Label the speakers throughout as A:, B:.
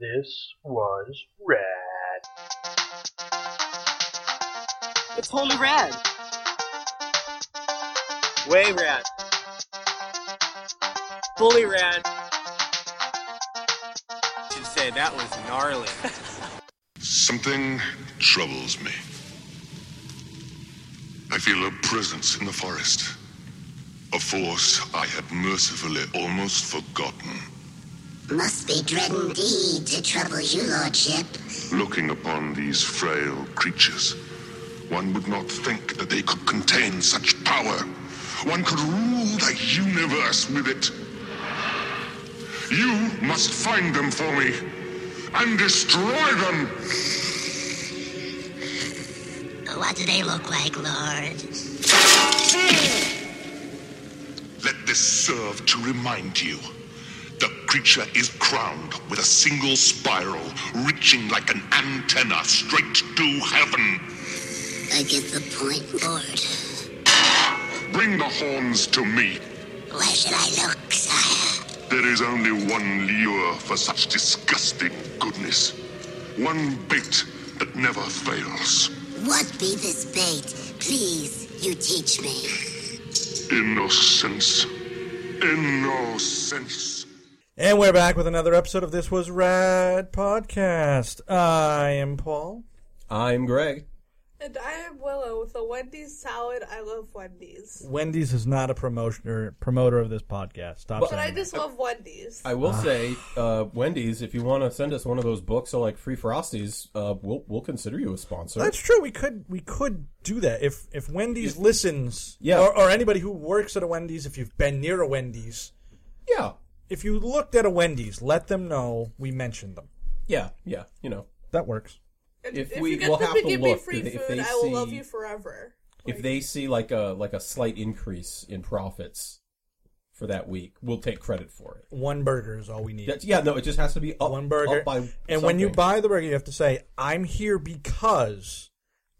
A: This was rad.
B: It's holy rad. Way rad. Fully rad. Should say that was gnarly.
C: Something troubles me. I feel a presence in the forest. A force I had mercifully almost forgotten.
D: Must be dread indeed to trouble you, Lordship.
C: Looking upon these frail creatures, one would not think that they could contain such power. One could rule the universe with it. You must find them for me and destroy them.
D: What do they look like, Lord?
C: Let this serve to remind you. The creature is crowned with a single spiral reaching like an antenna straight to heaven.
D: I get the point, Lord.
C: Bring the horns to me.
D: Where should I look, sire?
C: There is only one lure for such disgusting goodness. One bait that never fails.
D: What be this bait? Please, you teach me.
C: Innocence. Innocence.
E: And we're back with another episode of This Was Rad podcast. I am Paul.
F: I'm Greg.
G: And I am Willow with a Wendy's salad. I love Wendy's.
E: Wendy's is not a promotion or promoter of this podcast. Stop
G: But I
E: saying
G: just love Wendy's.
F: I
E: Ah.
F: will say, uh, Wendy's, if you want to send us one of those books or like free frosties, uh, we'll we'll consider you a sponsor.
E: that. That's true. We could we could do that if if Wendy's listens.
F: Yeah.
E: Or, or anybody who works at a Wendy's. If you've been near a Wendy's,
F: yeah,
E: if you looked at a Wendy's, let them know we mentioned them.
F: yeah, yeah. You know,
E: That works.
G: And
F: if
G: if,
F: we-
G: you get
F: we'll
G: them
F: have
G: to
F: to
G: give me
F: look,
G: free
F: if they- if
G: food,
F: they
G: I will love
F: see-
G: you forever.
F: if they see like a like a slight increase in profits for that week, we'll take credit for it.
E: One burger is all we need.
F: That's- yeah, no, it just has to be up,
E: One burger.
F: up by
E: and when you
F: something.
E: buy the burger, you have to say, "I'm here because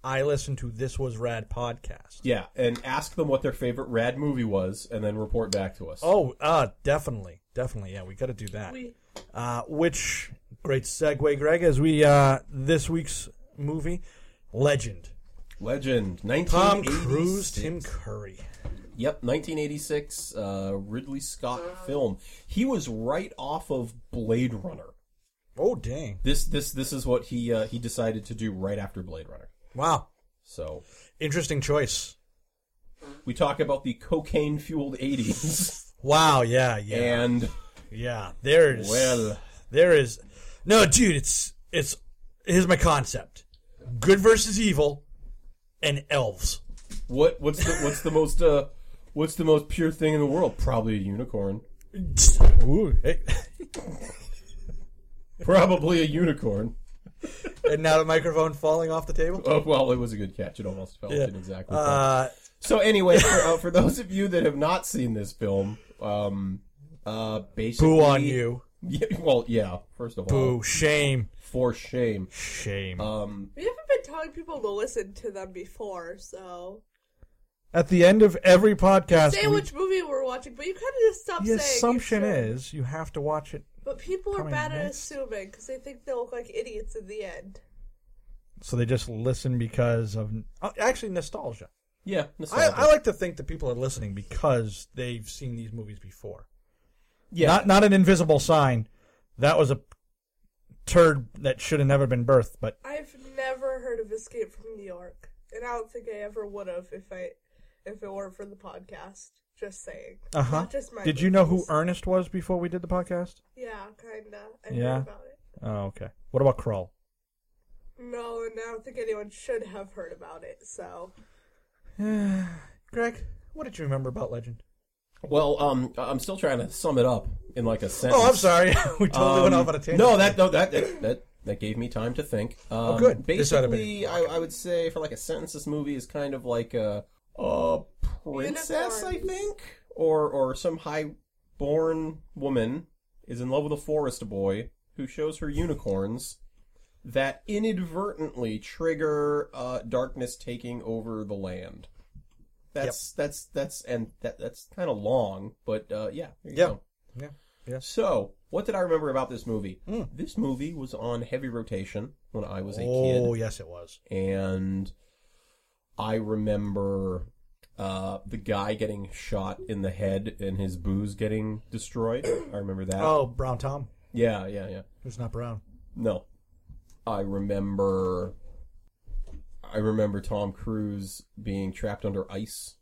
E: I listened to this was rad podcast."
F: yeah, and ask them what their favorite rad movie was, and then report back to us.
E: Oh, uh, definitely, definitely. Yeah, we got to do that.
G: We-
E: Uh, which great segue, Greg, as we uh, this week's movie, Legend,
F: Legend,
E: Tom
F: 1986.
E: Cruise, Tim Curry.
F: Yep, 1986 uh, Ridley Scott film. He was right off of Blade Runner.
E: Oh, dang!
F: This this this is what he uh, he decided to do right after Blade Runner.
E: Wow,
F: So
E: interesting choice.
F: we talk about the cocaine fueled 80s
E: Wow, yeah, yeah,
F: and
E: yeah. There's
F: well,
E: There is no dude. It's it's here's my concept: good versus evil, and elves.
F: what what's the what's the most uh what's the most pure thing in the world? Probably a unicorn.
E: Ooh, hey.
F: Probably a unicorn.
E: and now the microphone falling off the table.
F: Oh well, it was a good catch. It almost fell
E: Yeah.
F: in exactly.
E: Uh,
F: So anyway, for, uh, for those of you that have not seen this film, um, uh, basically,
E: boo on you.
F: Yeah, well, yeah. First of all,
E: Boo. Shame.
F: for shame.
E: Shame.
F: Um,
G: We haven't been telling people to listen to them before, so
E: At the end of every podcast,
G: say
E: we-
G: which movie we're watching. But you kind of just stop
E: the
G: saying. you
E: assumption
G: should.
E: is you have to watch it
G: But people are
E: Coming
G: bad at
E: next.
G: assuming because they think they look like idiots in the end.
E: so they just listen because of uh, actually nostalgia.
F: yeah,
E: I,
F: nostalgia.
E: I like to think that people are listening because they've seen these movies before.
F: yeah,
E: Not not an invisible sign. That was a turd that should have never been birthed, but
G: I've never heard of Escape from New York, and I don't think I ever would have if I if it weren't for the podcast. Just saying.
E: uh-huh.
G: Not just my
E: Did you know who
G: movies.
E: Ernest was before we did the podcast?
G: Yeah, kinda. I
E: Yeah.
G: heard about it.
E: Oh, okay. What about Krull?
G: No, and I don't think anyone should have heard about it. So
E: Greg, what did you remember about Legend?
F: Well, um, I'm still trying to sum it up in like a sentence.
E: Oh, I'm sorry. we totally went
F: Um,
E: off on a tangent. Oh,
F: No, that no that that that, that gave me time to think. Um,
E: good. This oughta
F: Basically, I, I would say for like a sentence, this movie is kind of like a a princess, I
G: Unicorns.
F: think, or or some high born woman is in love with a forest boy who shows her unicorns that inadvertently trigger uh, darkness taking over the land. That's that's that's and that that's kind of long, but uh, yeah, there you
E: Yeah.
F: go.
E: Yeah. Yeah. Hmm.
F: So, what did I remember about this movie? This movie was on heavy rotation when I was a kid.
E: Oh, yes, it was.
F: and I remember uh, the guy getting shot in the head and his booze getting destroyed. I remember that.
E: Oh, Brown Tom,
F: Yeah, yeah, yeah.
E: who's not brown.
F: No, I remember. I remember Tom Cruise being trapped under ice.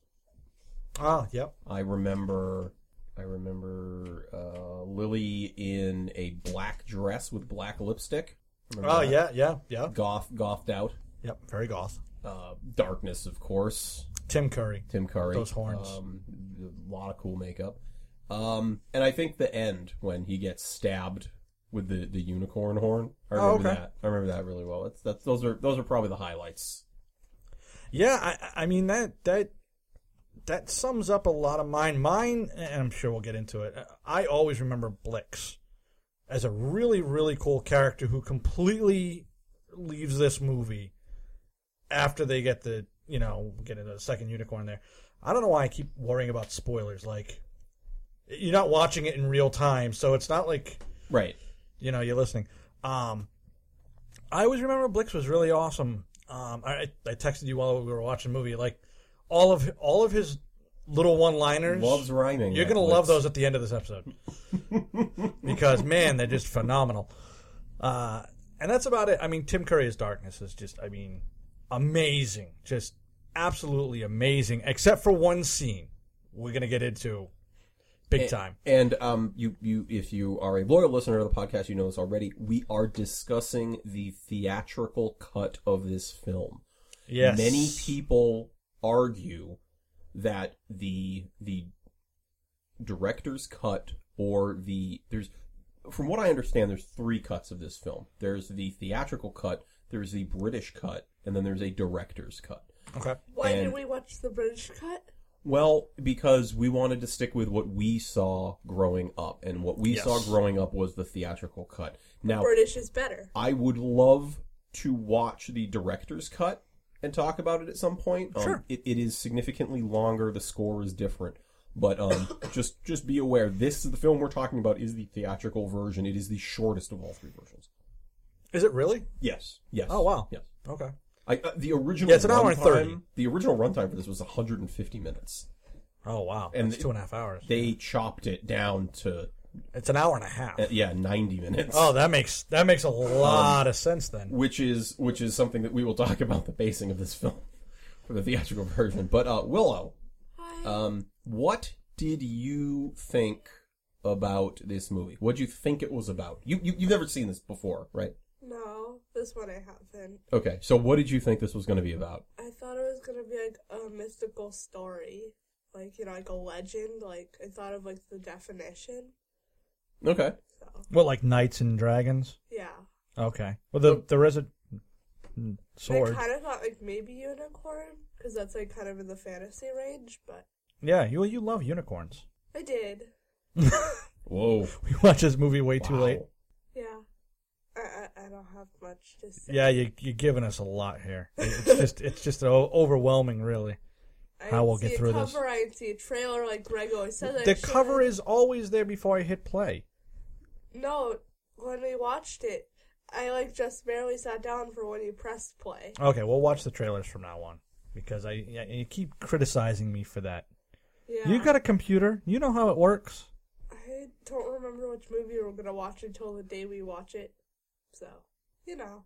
E: Oh, yep.
F: I remember. I remember uh, Lily in a black dress with black lipstick. Remember
E: Oh,
F: that?
E: yeah, yeah, yeah.
F: Goth, gothed out.
E: Yep, very goth.
F: Uh, darkness, of course.
E: Tim Curry.
F: Tim Curry.
E: Those horns.
F: Um, a lot of cool makeup. Um, and I think the end when he gets stabbed with the, the unicorn horn. I
E: Oh,
F: remember
E: okay.
F: that. I remember that really well. That's, that's those are those are probably the highlights.
E: Yeah, I, I mean that that that sums up a lot of mine. Mine, and I'm sure we'll get into it. I always remember Blix as a really really cool character who completely leaves this movie after they get the you know get into the second unicorn there. I don't know why I keep worrying about spoilers. Like you're not watching it in real time, so it's not like
F: Right.
E: you know you're listening. Um, I always remember Blix was really awesome. Um, I, I texted you while we were watching the movie, like all of all of his little one-liners.
F: Loves rhyming.
E: You're
F: that
E: gonna love
F: blitz.
E: those at the end of this episode because man, they're just phenomenal. Uh, and that's about it. I mean, Tim Curry's Darkness is just, I mean, amazing, just absolutely amazing. Except for one scene, we're gonna get into
F: Eh,
E: big time.
F: And um, you you if you are a loyal listener to the podcast, you know this already. We are discussing the theatrical cut of this film.
E: Yes,
F: many people argue that the the director's cut or the there's from what I understand there's three cuts of this film. There's the theatrical cut, there's the British cut, and then there's a director's cut.
E: Okay.
G: Why
F: And-
G: did we watch the British cut?
F: Well, because we wanted to stick with what we saw growing up and what we
E: Yes.
F: saw growing up was the theatrical cut. Now,
G: British is better.
F: I would love to watch the director's cut and talk about it at some point. Um,
E: Sure.
F: It, it is significantly longer. The score is different, but um, just just be aware. This the film we're talking about is the theatrical version. It is the shortest of all three versions.
E: Is it really?
F: Yes. Yes.
E: Oh, wow.
F: Yes.
E: Okay.
F: I, uh, the original.
E: Yeah, it's an hour and
F: runtime-
E: 30.
F: The original runtime for this was 150 minutes.
E: Oh wow,
F: And
E: it's
F: it-
E: two and a half hours.
F: They chopped it down to
E: It's an hour and a half.
F: uh, Um, yeah 90 minutes.
E: Oh, that makes that makes a lot of sense then.
F: which is which is something that we will talk about the basing of this film for the theatrical version. But uh, Willow, um, what did you think about this movie? What do you think it was about? You, you you've never seen this before, right?
G: No, this one I haven't.
F: Okay, so what did you think this was going to be about?
G: I thought it was gonna be like a mystical story, like you know, like a legend. Like I thought of like the definition.
F: Okay,
G: So
E: Well, like knights and dragons.
G: yeah,
E: Okay. Well, the mm, there is a
G: I
E: sword.
G: kind of thought like maybe unicorn because that's like kind of in the fantasy range, but
E: Yeah, you you love unicorns.
G: I did.
F: whoa,
E: We watched this movie way too
F: Wow.
E: late.
G: Yeah, I I, I don't have much to say.
E: Yeah, you you're giving us a lot here. It- It's just it's just o- overwhelming, really.
G: I
E: how we'll
G: didn't
E: get
G: see
E: through
G: a
E: this.
G: cover, I didn't see a trailer like Greg always says. I
E: The
G: should.
E: cover is always there before I hit play.
G: no. When we watched it, I like just barely sat down for when you pressed play.
E: Okay, we'll watch the trailers from now on because I, I you keep criticizing me for that.
G: Yeah,
E: You got a computer? You know how it works.
G: I don't remember which movie we're gonna watch until the day we watch it. So, you know.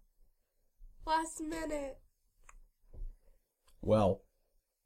G: Last minute.
F: Well,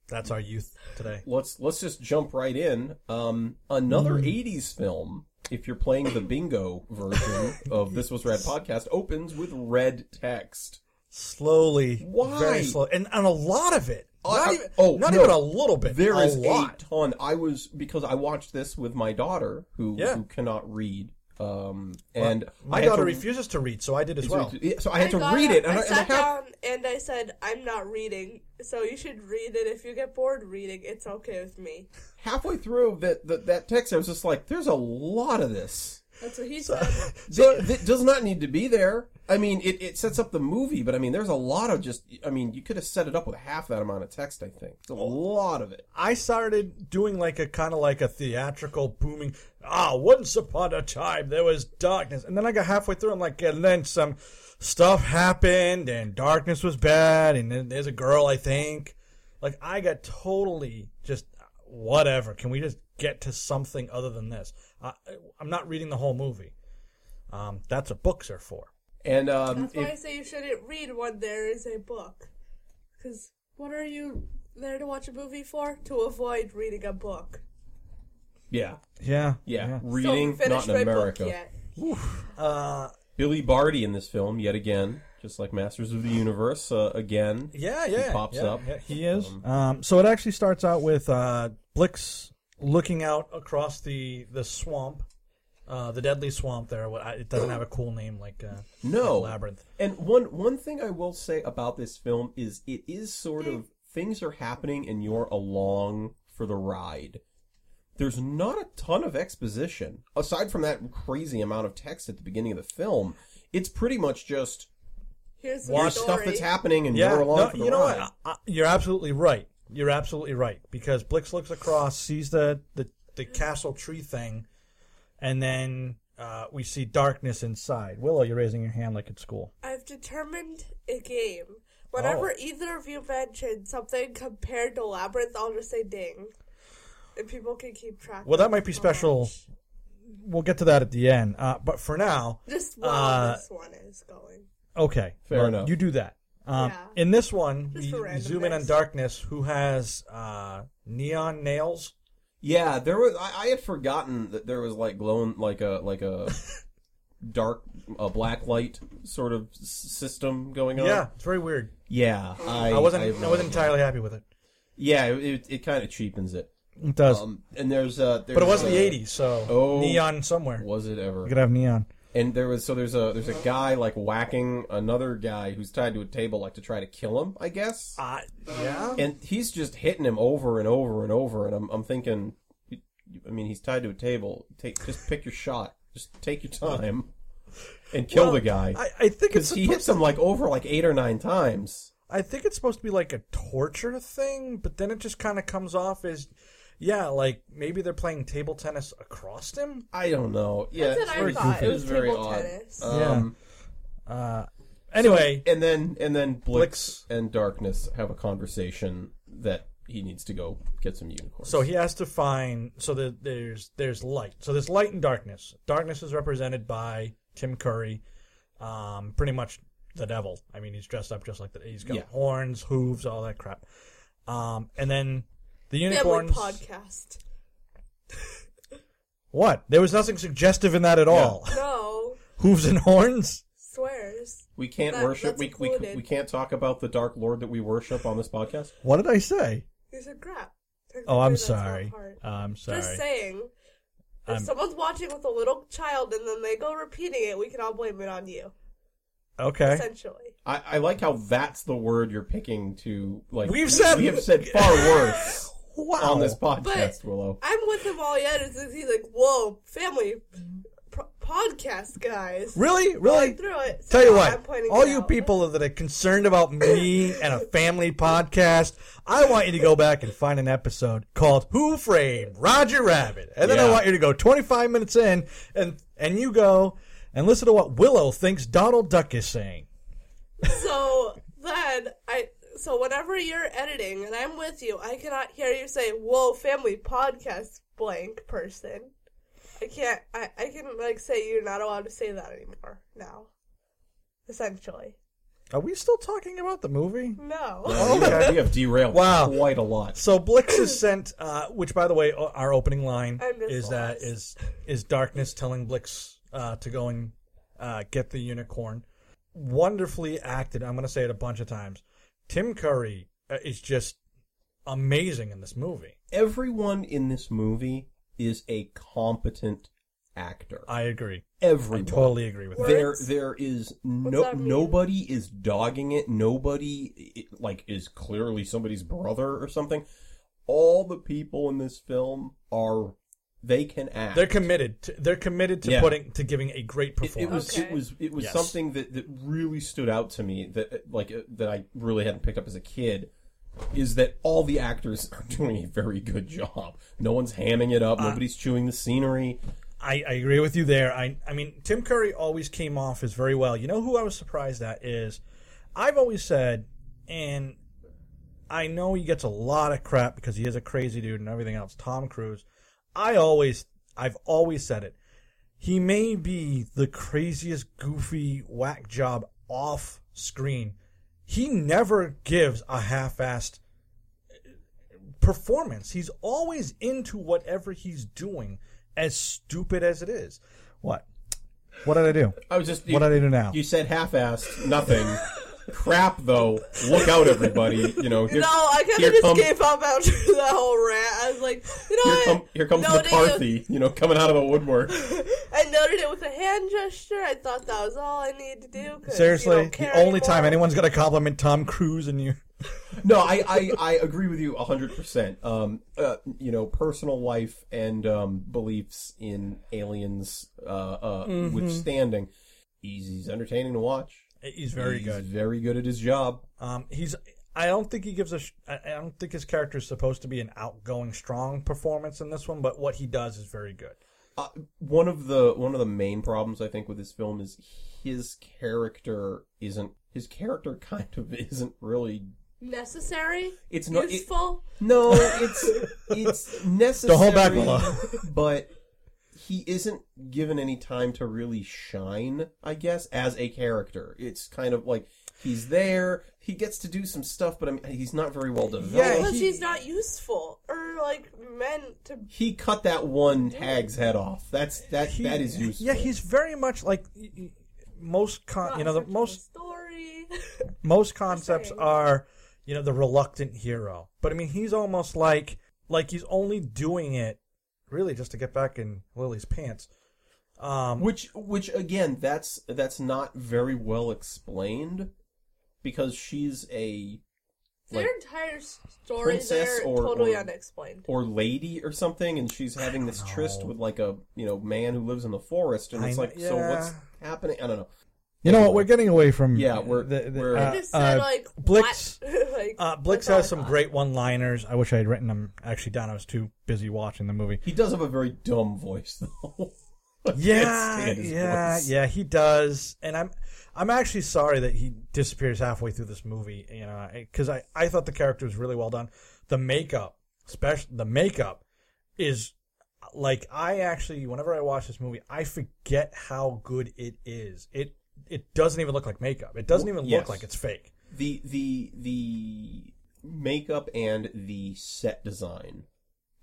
E: That's our youth today.
F: let's let's just jump right in. Um, another
E: Hmm.
F: '80s film. If you're playing the bingo version of This Was Red podcast, opens with red text.
E: Slowly,
F: Why?
E: very slow, and and a lot of it.
F: Oh,
E: not
F: I-
E: even,
F: oh,
E: not
F: no.
E: even a little bit.
F: There
E: a
F: is
E: lot.
F: a ton. I was because I watched this with my daughter who,
E: Yeah.
F: who cannot read. Um, and I
E: My
F: had
E: daughter
F: to-
E: refuses to read, so I did as well.
F: yeah, So I had to
G: got
F: read
G: up,
F: it, and I,
G: I
F: and
G: sat
F: I had-
G: down and I said, I'm not reading, so you should read it. If you get bored reading, it's okay with me.
F: halfway through that, that that text, I was just like, "There's a lot of this."
G: That's what he said.
F: Th- th- does not need to be there. I mean, it, it sets up the movie, but I mean, there's a lot of just. I mean, you could have set it up with half that amount of text. I think it's a lot of it.
E: I started doing like a kind of like a theatrical booming. Ah, once upon a time there was darkness, and then I got halfway through. I'm like, and then some stuff happened, and darkness was bad, and then there's a girl, I think. Like I got totally just whatever. Can we just get to something other than this? I, I'm not reading the whole movie. Um, that's what books are for.
F: And um,
G: That's why I
F: if,
G: say you shouldn't read when there is a book. Because what are you there to watch a movie for? To avoid reading a book.
F: yeah,
E: Yeah,
F: yeah,
G: Don't
F: reading
G: finish
F: not in
G: my book
F: America.
G: yet.
F: Billy Barty in this film yet again, just like Masters of the Universe uh, again.
E: Yeah, yeah.
F: He pops
E: yeah,
F: up.
E: yeah, he is. Um, so it actually starts out with uh, Blix looking out across the, the swamp, uh, the deadly swamp there. What- I- It doesn't have a cool name like uh,
F: No
E: like Labyrinth.
F: And one one thing I will say about this film is it is sort of things are happening and you're along for the ride. There's not a ton of exposition aside from that crazy amount of text at the beginning of the film. It's pretty much just
G: Here's the
F: there's
G: story.
F: stuff that's happening and
E: Yeah,
F: you're along
E: no,
F: for the
E: you know
F: ride.
E: what? I- I- you're absolutely right. You're absolutely right because Blix looks across, sees the the, the castle tree thing, and then uh, we see darkness inside. Willow, you're raising your hand like it's school.
G: I've determined a game. Whenever
E: Oh.
G: either of you mention something compared to Labyrinth, I'll just say ding. And people can keep track.
E: Well, that
G: of
E: might be
G: how
E: special.
G: much.
E: We'll get to that at the end. Uh, but for now,
G: Just while
E: Uh,
G: this one is going.
E: Okay,
F: Fair
E: well,
F: enough.
E: You do that. Um,
G: Yeah.
E: In this one,
G: Just
E: we,
G: for
E: we zoom in on
G: randomness.
E: Darkness, who has uh, neon nails.
F: Yeah, there was. I, I had forgotten that there was like glowing, like a like a dark, a black light sort of s- system going on.
E: Yeah, it's very weird.
F: yeah. I,
E: I wasn't. I,
F: remember.
E: wasn't entirely happy with it.
F: Yeah, it it, it kind of cheapens it.
E: It does,
F: Um, and there's uh, there's
E: but it was
F: uh,
E: the '80s, so
F: oh.
E: neon somewhere.
F: Was it ever?
E: You could have neon.
F: And there was so there's a there's a guy like whacking another guy who's tied to a table like to try to kill him, I guess.
E: Uh, yeah.
F: And he's just hitting him over and over and over, and I'm I'm thinking, I mean, he's tied to a table. Take just pick your shot, just take your time, and kill the guy
E: I, I think it's
F: because he hits
E: supposed,
F: him like over like eight or nine times.
E: I think it's supposed to be like a torture thing, but then it just kind of comes off as, yeah, like maybe they're playing table tennis across him.
F: I don't know. Yeah,
G: That's what
F: it's
G: I
F: very
G: thought. It
F: goofy.
G: was
F: It's very
G: table
F: odd.
G: tennis.
E: Uh,
F: Um,
E: Anyway,
F: and then and then Blix,
E: Blix.
F: and Darkness have a conversation that he needs to go get some unicorns.
E: So he has to find. So the, there's there's light. So there's light and darkness. Darkness is represented by Tim Curry, um, pretty much the devil. I mean, he's dressed up just like the. He's got
F: Yeah.
E: horns, hooves, all that crap. Um, and then the
G: Family
E: unicorns.
G: podcast.
E: What? There was nothing suggestive in that at all.
G: No.
E: hooves and horns.
G: Swears.
F: we can't
G: that-
F: worship.
G: that's
F: We, we
G: included.
F: we can't talk about the Dark Lord that we worship on this podcast.
E: What did I say?
G: He's a crap.
E: Oh, I'm
G: Technically, that's not
E: sorry.
G: part.
E: I'm
G: Just
E: sorry.
G: saying. If
E: I'm-
G: someone's watching with a little child and then they go repeating it, we can all blame it on you.
E: Okay.
G: Essentially.
F: I, I like how that's the word you're picking to like.
E: We've said-
F: we have said far worse
E: Wow.
F: on this podcast,
G: But-
F: Willow.
G: I'm with him all yet. It's like, he's like, whoa, family pro- podcast guys.
E: Really?
G: Going
E: Really?
G: through it. So
E: Tell you
G: now
E: what,
G: I'm pointing
E: all
G: it
E: you
G: out.
E: people that are concerned about me and a family podcast, I want you to go back and find an episode called "Who Framed Roger Rabbit," and then I
F: Yeah.
E: want you to go 25 minutes in and and you go and listen to what Willow thinks Donald Duck is saying.
G: So then I. So whenever you're editing and I'm with you, I cannot hear you say, "Whoa, family podcast blank person." I can't. I I can like say you're not allowed to say that anymore now. Essentially,
E: Are we still talking about the movie?
G: no.
F: We have- we have derailed
E: Oh. Wow.
F: quite a lot.
E: So Blix is sent, uh, which by the way, o- our opening line
G: I miss
E: is that
G: Blix.
E: is is darkness telling Blix uh, to go and uh, get the unicorn. Wonderfully acted. I'm going to say it a bunch of times. Tim Curry uh, is just amazing in this movie.
F: Everyone in this movie is a competent actor.
E: I agree. I
F: Everyone.
E: totally agree with that.
F: there
G: Words?
F: there is
G: What's
F: no
G: that mean?
F: nobody is dogging it nobody it, like is clearly somebody's brother or something all the people in this film are They can act.
E: They're committed. To, they're committed to
F: Yeah.
E: putting to giving a great
F: It, it
E: performance.
F: was
G: Okay.
F: it was it was
E: Yes.
F: something that, that really stood out to me that uh, like uh, that I really hadn't picked up as a kid is that all the actors are doing a very good job. No one's hamming it
G: Uh.
F: up. nobody's chewing the scenery.
E: I, I agree with you there. I I mean Tim Curry always came off as very well. You know who I was surprised at is I've always said, and I know he gets a lot of crap because he is a crazy dude and everything else. Tom Cruise. I always I've always said it. He may be the craziest, goofy whack job off screen. He never gives a half-assed performance. He's always into whatever he's doing, as stupid as it is. What? What did I do?
F: I was just
E: What do they do now?
F: You said half-assed nothing. Crap though. Look out, everybody. You know. Here,
G: No, I kind
F: here
G: of just
F: come-
G: gave up after that whole rant. I was like, you know
F: Here,
G: what?
F: come, here comes
G: No, they-
F: McCarthy, you know, coming out of the woodwork.
G: I noted it with a hand gesture. I thought that was all I needed to do. 'cause you
E: Seriously,
G: don't care
E: the only time
G: anymore.
E: anyone's gonna compliment Tom Cruise and you.
F: No, I, I, I agree with you 100%. Um, uh, you know, personal life and um, beliefs in aliens uh, uh,
E: Mm-hmm.
F: withstanding. He's, he's entertaining to watch.
E: He's very
F: He's
E: good.
F: very good at his job.
E: Um, he's. I don't think he gives a. Sh- I I don't think his character is supposed to be an outgoing, strong performance in this one, but what he does is very good.
F: Uh, one of the one of the main problems I think with this film is his character isn't his character kind of isn't really
G: necessary,
F: it's not it-
G: useful.
F: No, it's it's necessary.
E: Don't hold back, Willow.
F: but he isn't given any time to really shine. I guess as a character, it's kind of like he's there. He gets to do some stuff, but I mean, he's not very well developed.
E: Yeah,
G: Unless
E: he-
G: he's not useful or like meant to.
F: He cut that one hag's head off. That's that.
E: He-
F: that is useful.
E: Yeah, he's very much like y- y- most con. Uh, You know, the
G: Not
E: most
G: story.
E: most concepts are you know the reluctant hero but i mean he's almost like like he's only doing it really just to get back in lily's pants um
F: Which, which again, that's that's not very well explained, because she's a
G: Their
F: like-
G: entire story
F: Princess
G: there
F: or-
G: totally
F: or-
G: unexplained.
F: or lady or something, and she's having this tryst with like a you know man who lives in the forest, and
E: I
F: it's
E: know-
F: like so what's
E: yeah.
F: happening? I don't know.
E: you know what we're getting away from
F: Yeah, we're- we're-
G: I just
E: uh,
G: said like
E: Blix-
G: what? like
E: uh, blix
G: that's all
E: has
G: I
E: some
G: thought.
E: great one-liners i wish i had written them actually down i was too busy watching the movie
F: He does have a very dumb voice though. I can't
E: yeah
F: stand his
E: yeah
F: voice.
E: yeah he does and i'm i'm actually sorry that he disappears halfway through this movie you know because I, I thought the character was really well done the makeup special the makeup is like i actually whenever i watch this movie i forget how good it is it it doesn't even look like makeup it doesn't even
F: Yes.
E: look like it's fake
F: The the the makeup and the set design,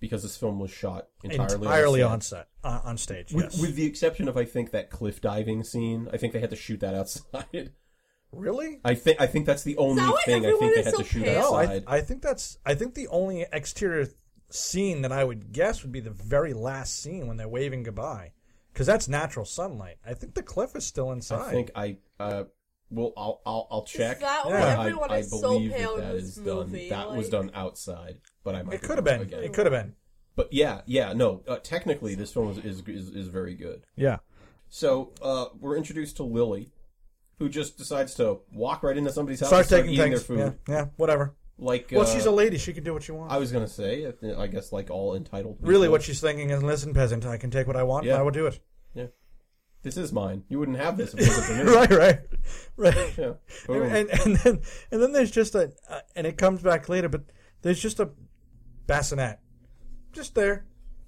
F: because this film was shot entirely,
E: entirely, on set uh, on stage
F: With,
E: yes.
F: with the exception of, I think that cliff diving scene, I think they had to shoot that outside.
E: really
F: I think I think that's the only
G: that why
F: thing I
G: everyone
F: think they
G: is
F: had
G: so
F: to shoot
G: pale?
E: no
F: outside.
E: I, I think that's i think the only exterior th- scene that i would guess would be the very last scene when they're waving goodbye because that's natural sunlight i think the cliff is still inside
F: I think I uh well I'll I'll, I'll
G: Is
F: check.
G: that
E: Yeah.
G: why
F: I,
G: everyone
F: I
G: is so
F: believe
G: pale
F: that, that
G: in
F: is
G: this
F: done.
G: movie?
F: that was
G: like-
F: done outside, but I might.
E: it
F: be
E: could have
F: wrong
E: been
F: again.
E: it could have been
F: But yeah, yeah, no. Uh, technically, this film is, is is is very good.
E: yeah
F: So uh, we're introduced to Lily, who just decides to walk right into somebody's house,
E: start
F: and start
E: taking
F: eating
E: things
F: their food.
E: Yeah, yeah whatever
F: Like,
E: well
F: uh,
E: she's a lady she can do what she wants
F: I was gonna say, I th- I guess, like all entitled.
E: really
F: people.
E: what she's thinking is listen peasant i can take what i want
F: Yeah.
E: and i will do it
F: This is mine. You wouldn't have this if it wasn't for me.
E: right right right
F: Yeah. Boom.
E: and, and then and then there's just a uh, and it comes back later but there's just a bassinet just there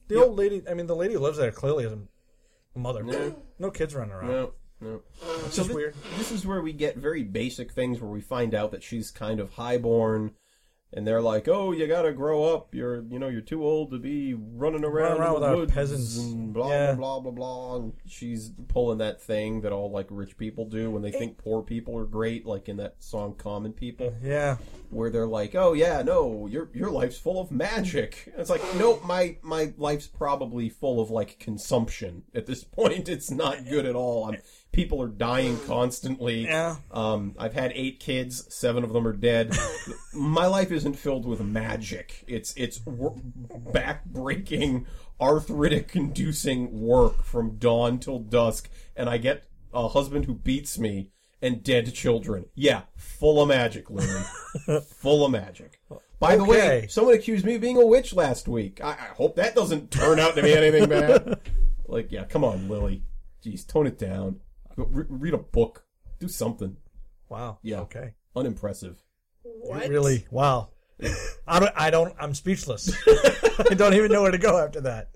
E: the old lady i mean the lady who lives there clearly is a mother
F: Yeah.
E: no kids running around
F: No, no.
E: it's
F: So
E: just
F: thi-
E: weird
F: This is where we get very basic things where we find out that she's kind of highborn, and they're like, "Oh, you gotta grow up. You're, you know, you're too old to be running around,
E: around
F: in
E: with
F: the
E: our
F: woods
E: peasants."
F: and blah
E: Yeah.
F: blah blah blah blah." And she's pulling that thing that all like rich people do when they think poor people are great, like in that song "Common People,"
E: yeah
F: where they're like, "Oh yeah, no, your your life's full of magic." And it's like, nope, my my life's probably full of like consumption at this point. It's not good at all. I'm people are dying constantly.
E: Yeah.
F: Um, I've had eight kids, seven of them are dead. My life isn't filled with magic. It's it's wor- back-breaking, arthritic-inducing work from dawn till dusk, and I get a husband who beats me and dead children. Yeah, full of magic, Lily. full of magic. By the way,
E: Okay.
F: someone accused me of being a witch last week. I, I hope that doesn't turn out to be anything bad. Like, yeah, come on, Lily. Jeez, tone it down. Go, re- read a book. Do something.
E: Wow.
F: Yeah.
E: Okay.
F: Unimpressive.
G: What?
E: Really? Wow. I don't. I don't. I'm speechless. I don't even know where to go after that.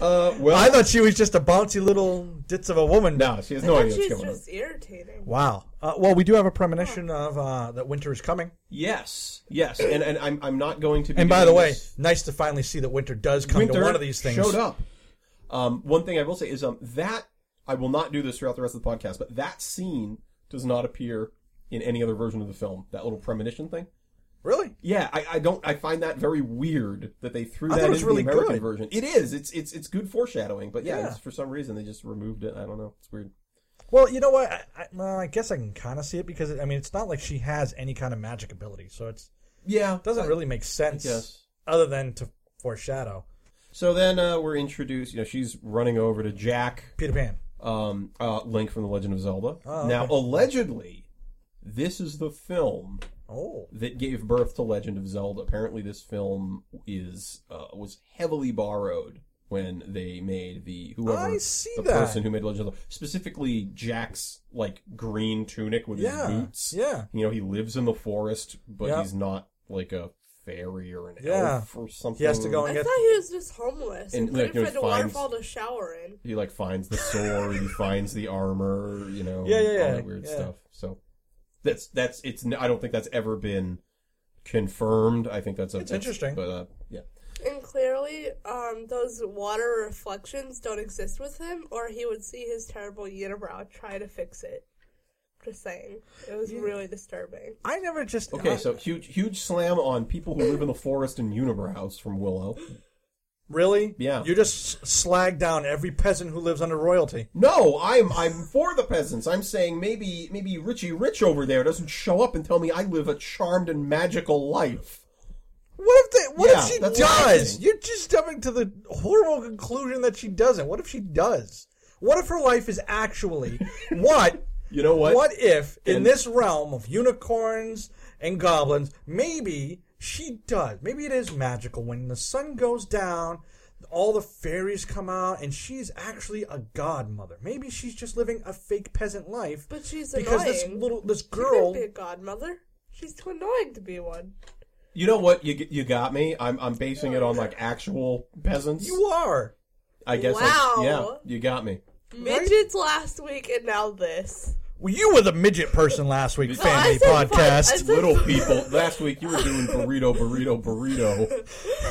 F: Uh, well,
E: I thought she was just a bouncy little ditz of a woman.
F: no, she has no
G: No,
F: idea what's
G: she's
F: going on.
G: just irritating.
E: Wow. Uh, well, we do have a premonition of uh, that winter is coming.
F: Yes, yes, and and I'm I'm not going to. Be
E: And by the
F: doing
E: way,
F: this.
E: nice to finally see that winter does come
F: Winter
E: to one of these things.
F: showed up. Um, one thing I will say is um that I will not do this throughout the rest of the podcast, but that scene does not appear in any other version of the film. That little premonition thing.
E: Really?
F: Yeah, I, I don't. I find that very weird that they threw
E: I
F: that
E: thought it was
F: into
E: really
F: the American
E: good.
F: version. It is. It's it's it's good foreshadowing, but yeah,
E: Yeah.
F: It's, for some reason they just removed it. I don't know. It's weird.
E: Well, you know what? I, I, well, I guess I can kind of see it because I mean, it's not like she has any kind of magic ability, so it's
F: Yeah,
E: doesn't really make sense
F: Yes.
E: other than to foreshadow
F: So then uh, we're introduced. You know, she's running over to Jack,
E: Peter Pan.
F: um, uh, Link from The Legend of Zelda.
E: Oh,
F: Now,
E: okay.
F: allegedly, this is the film
E: Oh,
F: that gave birth to Legend of Zelda. Apparently, this film is uh, was heavily borrowed when they made the whoever
E: I see
F: the
E: that.
F: person who made Legend of Zelda, specifically Jack's like green tunic with
E: Yeah,
F: his boots.
E: yeah.
F: you know, he lives in the forest, but
E: Yeah.
F: he's not like a fairy or an
E: Yeah.
F: elf or something.
E: he has to go
G: I
E: and
G: thought
E: get.
G: he was just homeless and,
F: And, like,
G: couldn't
F: you know,
G: find a
F: finds-
G: waterfall to shower in.
F: he like finds the sword, he finds the armor, you know,
E: Yeah, yeah,
F: all
E: yeah,
F: that weird
E: yeah.
F: stuff. So that's that's it's. n- I don't think that's ever been confirmed. I think that's a,
E: It's interesting.
F: but uh, yeah,
G: And clearly, um, those water reflections don't exist with him, or he would see his terrible unibrow try to fix it. Just saying. It was really disturbing.
E: I never just. uh,
F: Okay,
E: I-
F: so huge, huge slam on people who live in the forest in unibrows from Willow.
E: really,
F: Yeah.
E: you just s- slag down every peasant who lives under royalty.
F: No, I'm I'm for the peasants. I'm saying maybe maybe Richie Rich over there doesn't show up and tell me I live a charmed and magical life.
E: What if they, what
F: Yeah,
E: if she
F: that's what I'm
E: does?
F: saying.
E: You're just jumping to the horrible conclusion that she doesn't. What if she does? What if her life is actually what?
F: You know what?
E: What if in
F: And-
E: this realm of unicorns and goblins, maybe she does? Maybe it is magical. When the sun goes down, all the fairies come out, and she's actually a godmother. Maybe she's just living a fake peasant life.
G: But she's
E: because this
G: annoying.
E: little this
G: She couldn't
E: girl.
G: be a godmother. She's too annoying to be one.
F: You know what? You you got me. I'm I'm basing it on like actual peasants.
E: You are.
F: I guess. I-
G: Wow.
F: yeah, you got me.
G: Midgets last week and now this.
E: Well, you were the midget person last week,
G: No, I
E: family
G: said fun. I
E: podcast.
G: said-
F: little people. Last week you were doing burrito, burrito, burrito.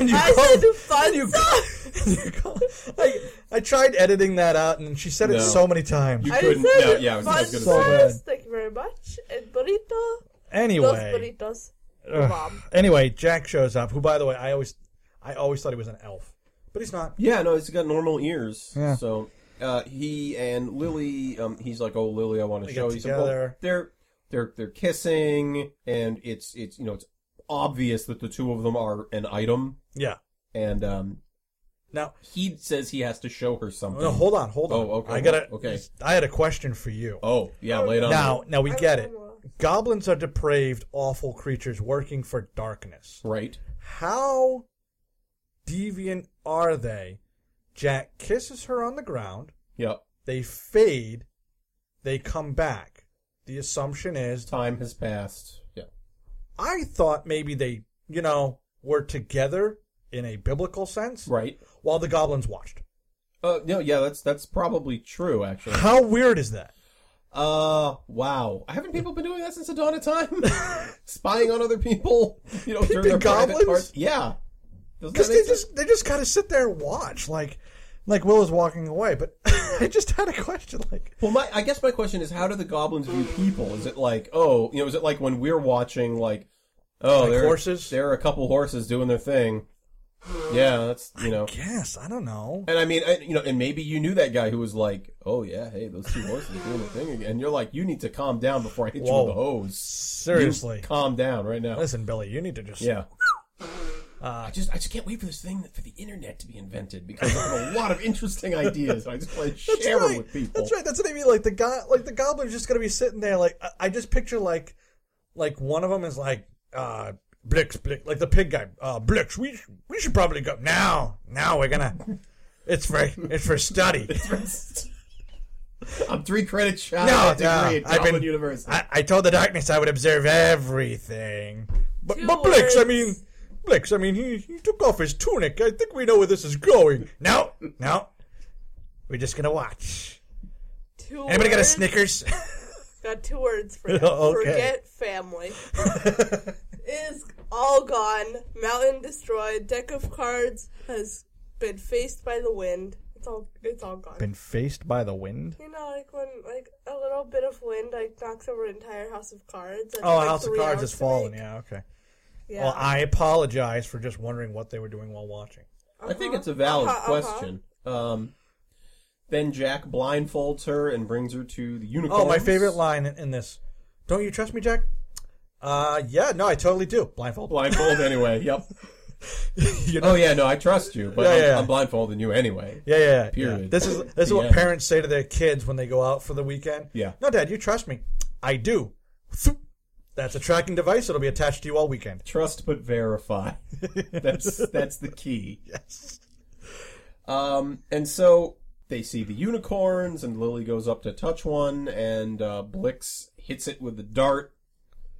E: And you
G: I
E: called-
G: said fun.
E: and you you called- I, I tried editing that out, and she said it
F: No.
E: so many times.
F: You
G: I
F: couldn't.
G: said
F: Yeah, yeah. I was, I was gonna
G: fun
E: So
F: say.
E: bad.
G: size. Thank you very much. And burrito.
E: anyway,
G: Those burritos.
E: Ugh.
G: Mom.
E: anyway, Jack shows up. Who, by the way, I always, I always thought he was an elf, but he's not.
F: Yeah, no, he's got normal ears.
E: Yeah.
F: So uh, he and Lily, um, he's like, "Oh, Lily, I want to
E: They
F: show
E: get
F: you something." Well,
E: together.
F: They're they're they're kissing, and it's it's you know it's obvious that the two of them are an item,
E: Yeah.
F: and um,
E: Now,
F: he says he has to show her something.
E: no, hold on, hold on.
F: Oh, okay,
E: I gotta.
F: okay.
E: I had a question for you.
F: oh, yeah, lay it on.
E: now, now we
G: I
E: get it.
G: don't know.
E: Goblins are depraved, awful creatures working for darkness.
F: right?
E: How deviant are they? Jack kisses her on the ground.
F: Yep.
E: They fade. They come back. The assumption is
F: Time has passed. Yeah.
E: I thought maybe they, you know, were together in a biblical sense
F: Right.
E: while the goblins watched.
F: Uh, no, yeah, that's that's probably true, actually.
E: How weird is that?
F: Uh, wow. Haven't people been doing that since the dawn of time? Spying on other people, you know, during
E: Peeping
F: their private
E: goblins?
F: parts? Yeah. Doesn't
E: Because
F: that
E: they
F: make sense?
E: just they just kind of sit there and watch, like like Will is walking away. But I just had a question, like
F: Well, my I guess my question is, how do the goblins view people? Is it like, oh, you know, is it like when we're watching, like, oh,
E: Like
F: there,
E: horses?
F: There are a couple horses doing their thing. Yeah, that's you know.
E: Guess I don't know.
F: And I mean, I, you know, and maybe you knew that guy who was like, "Oh yeah, hey, those two horses are doing the thing again." And you're like, "You need to calm down before I hit you
E: Whoa.
F: with the hose."
E: Seriously,
F: You calm down right now.
E: listen, Billy, you need to just
F: Yeah,
E: Uh,
F: I just, I just can't wait for this thing that, for the internet to be invented because I have a lot of interesting ideas. I just want to
E: That's
F: share
E: right.
F: them with people.
E: That's right. That's what I mean. Like the guy, like the gobbler's just gonna be sitting there. Like I, I just picture like, like one of them is like, uh, Blix, Blix, like the pig guy, uh, Blix. We sh- we should probably go now. Now we're gonna. It's for it's for study.
F: I'm three credits shy.
E: No,
F: No, degree
E: no,
F: at
E: I've
F: Goblin
E: been-
F: University.
E: I, I told the darkness I would observe everything. But
G: Two
E: but Blix, I
G: words.
E: mean. Blix, I mean, he, he took off his tunic. I think we know where this is going. No, no. We're just going to watch.
G: Two
E: Anybody got a
G: words?
E: Snickers?
G: Got two words for you.
E: Okay.
G: Forget family. is all gone. Mountain destroyed. Deck of cards has been faced by the wind. It's all it's all gone.
E: Been faced by the wind?
G: you know, like when like a little bit of wind like knocks over an entire house of cards. That's
E: Oh,
G: like
E: House of
G: three
E: Cards
G: hours
E: has
G: to
E: fallen.
G: make.
E: Yeah, okay.
G: Yeah.
E: Well, I apologize for just wondering what they were doing while watching.
F: I think it's a valid
G: uh-huh, uh-huh.
F: question. Um, then Jack blindfolds her and brings her to the unicorn.
E: Oh, my favorite line in, in this. Don't you trust me, Jack? Uh, yeah, no, I totally do. Blindfold.
F: Blindfold anyway. Yep.
E: You know?
F: Oh yeah, no, I trust you, but
E: Yeah,
F: I'm,
E: yeah, yeah.
F: I'm blindfolding you anyway.
E: Yeah, yeah, yeah, yeah.
F: Period.
E: This is this is
F: The
E: what
F: end.
E: parents say to their kids when they go out for the weekend.
F: Yeah.
E: No, Dad, you trust me. I do. Thoop. That's a tracking device. It'll be attached to you all weekend.
F: Trust but verify. that's that's the key.
E: Yes.
F: Um, and so they see the unicorns, and Lily goes up to touch one, and uh, Blix hits it with the dart,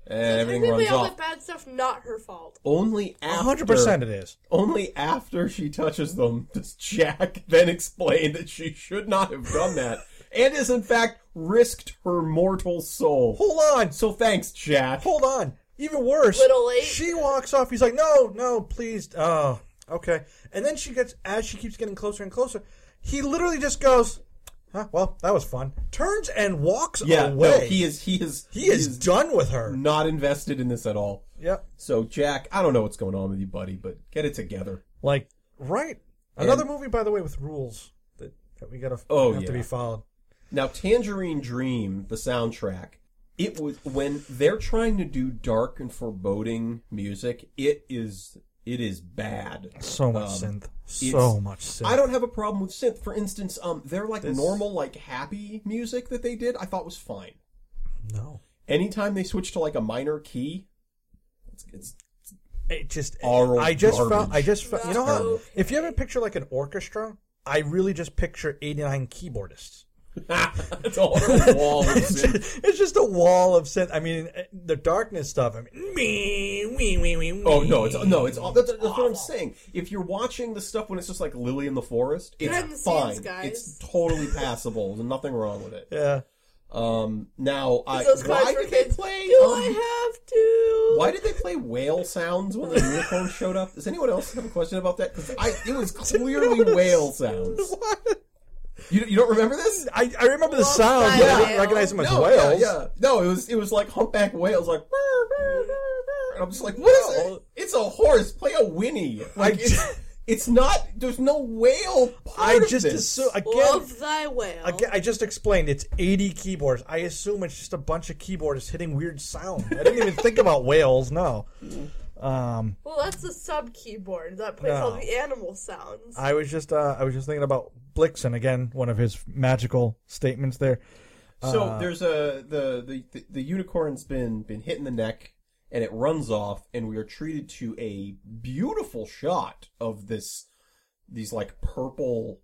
F: and everything
G: Technically,
F: runs
G: all
F: off.
G: the bad stuff not her fault.
F: Only after
E: hundred percent, it is.
F: Only after she touches them does Jack then explain that she should not have done that and has in fact risked her mortal soul.
E: Hold on.
F: So thanks, Jack.
E: hold on. Even worse,
G: Little late.
E: she walks off. He's like, no, no, please. Oh, okay. And then she gets, as she keeps getting closer and closer, he literally just goes, huh, well, that was fun. Turns and walks
F: Yeah,
E: away.
F: no, he is he is
E: He is done with her.
F: not invested in this at all.
E: Yep.
F: So Jack, I don't know what's going on with you, buddy, but get it together.
E: Like, right. Another movie, by the way, with rules that, that we got to
F: Oh,
E: have to
F: yeah.
E: be followed.
F: Now, Tangerine Dream, the soundtrack, it was when they're trying to do dark and foreboding music, it is it is bad.
E: So much
F: Um,
E: synth. So
F: it's-
E: much synth.
F: I don't have a problem with synth. For instance, um, their like normal like happy music that they did, I thought was fine.
E: know.
F: Anytime they switched to like a minor key, it's, it's
E: It just
F: Oral
E: I just
F: garbage.
E: found I just found, you know how
G: Okay.
E: if you have a picture like an orchestra, I really just picture 89 keyboardists.
F: it's all over the wall. of
E: it's,
F: synth.
E: just, it's just a wall of sin. I mean, eh, the darkness stuff. I mean, me, we, we, we, we.
F: Oh no, it's no, it's all. That's, that's what I'm saying. If you're watching the stuff when it's just like Lily in the forest, it's
G: Behind the scenes,
F: fine.
G: guys.
F: It's totally passable. There's nothing wrong with it.
E: Yeah.
F: Um, now I
G: Those
F: why
G: cards for
F: did they
G: kids.
F: play?
G: Do
F: um,
G: I have to?
F: Why did they play whale sounds when the unicorn showed up? Does anyone else have a question about that? Because I, it was clearly whale sounds.
E: What?
F: You, you don't remember this?
E: I, I remember the
G: Love
E: sound.
G: that
E: but I didn't
G: whale.
E: recognize them as
F: No, yeah,
E: whales.
F: yeah. No, it was it was like humpback whales, like. "Brr, brr, brr, brr," And I'm just like, what is it? It's a horse. Play a whinny. Like
E: I-
F: it's, it's not. There's no whale. Part
E: I
F: of
E: just
F: this.
E: assume again,
G: Love thy whale.
E: again. I just explained it's 80 keyboards. I assume it's just a bunch of keyboardists hitting weird sound. I didn't even think about whales. No. Um,
G: Well, that's the sub keyboard that plays all
E: No.
G: the animal sounds.
E: I was just uh, I was just thinking about Blixen again. One of his magical statements there.
F: So there's a the, the the the unicorn's been been hit in the neck and it runs off and we are treated to a beautiful shot of this these like purple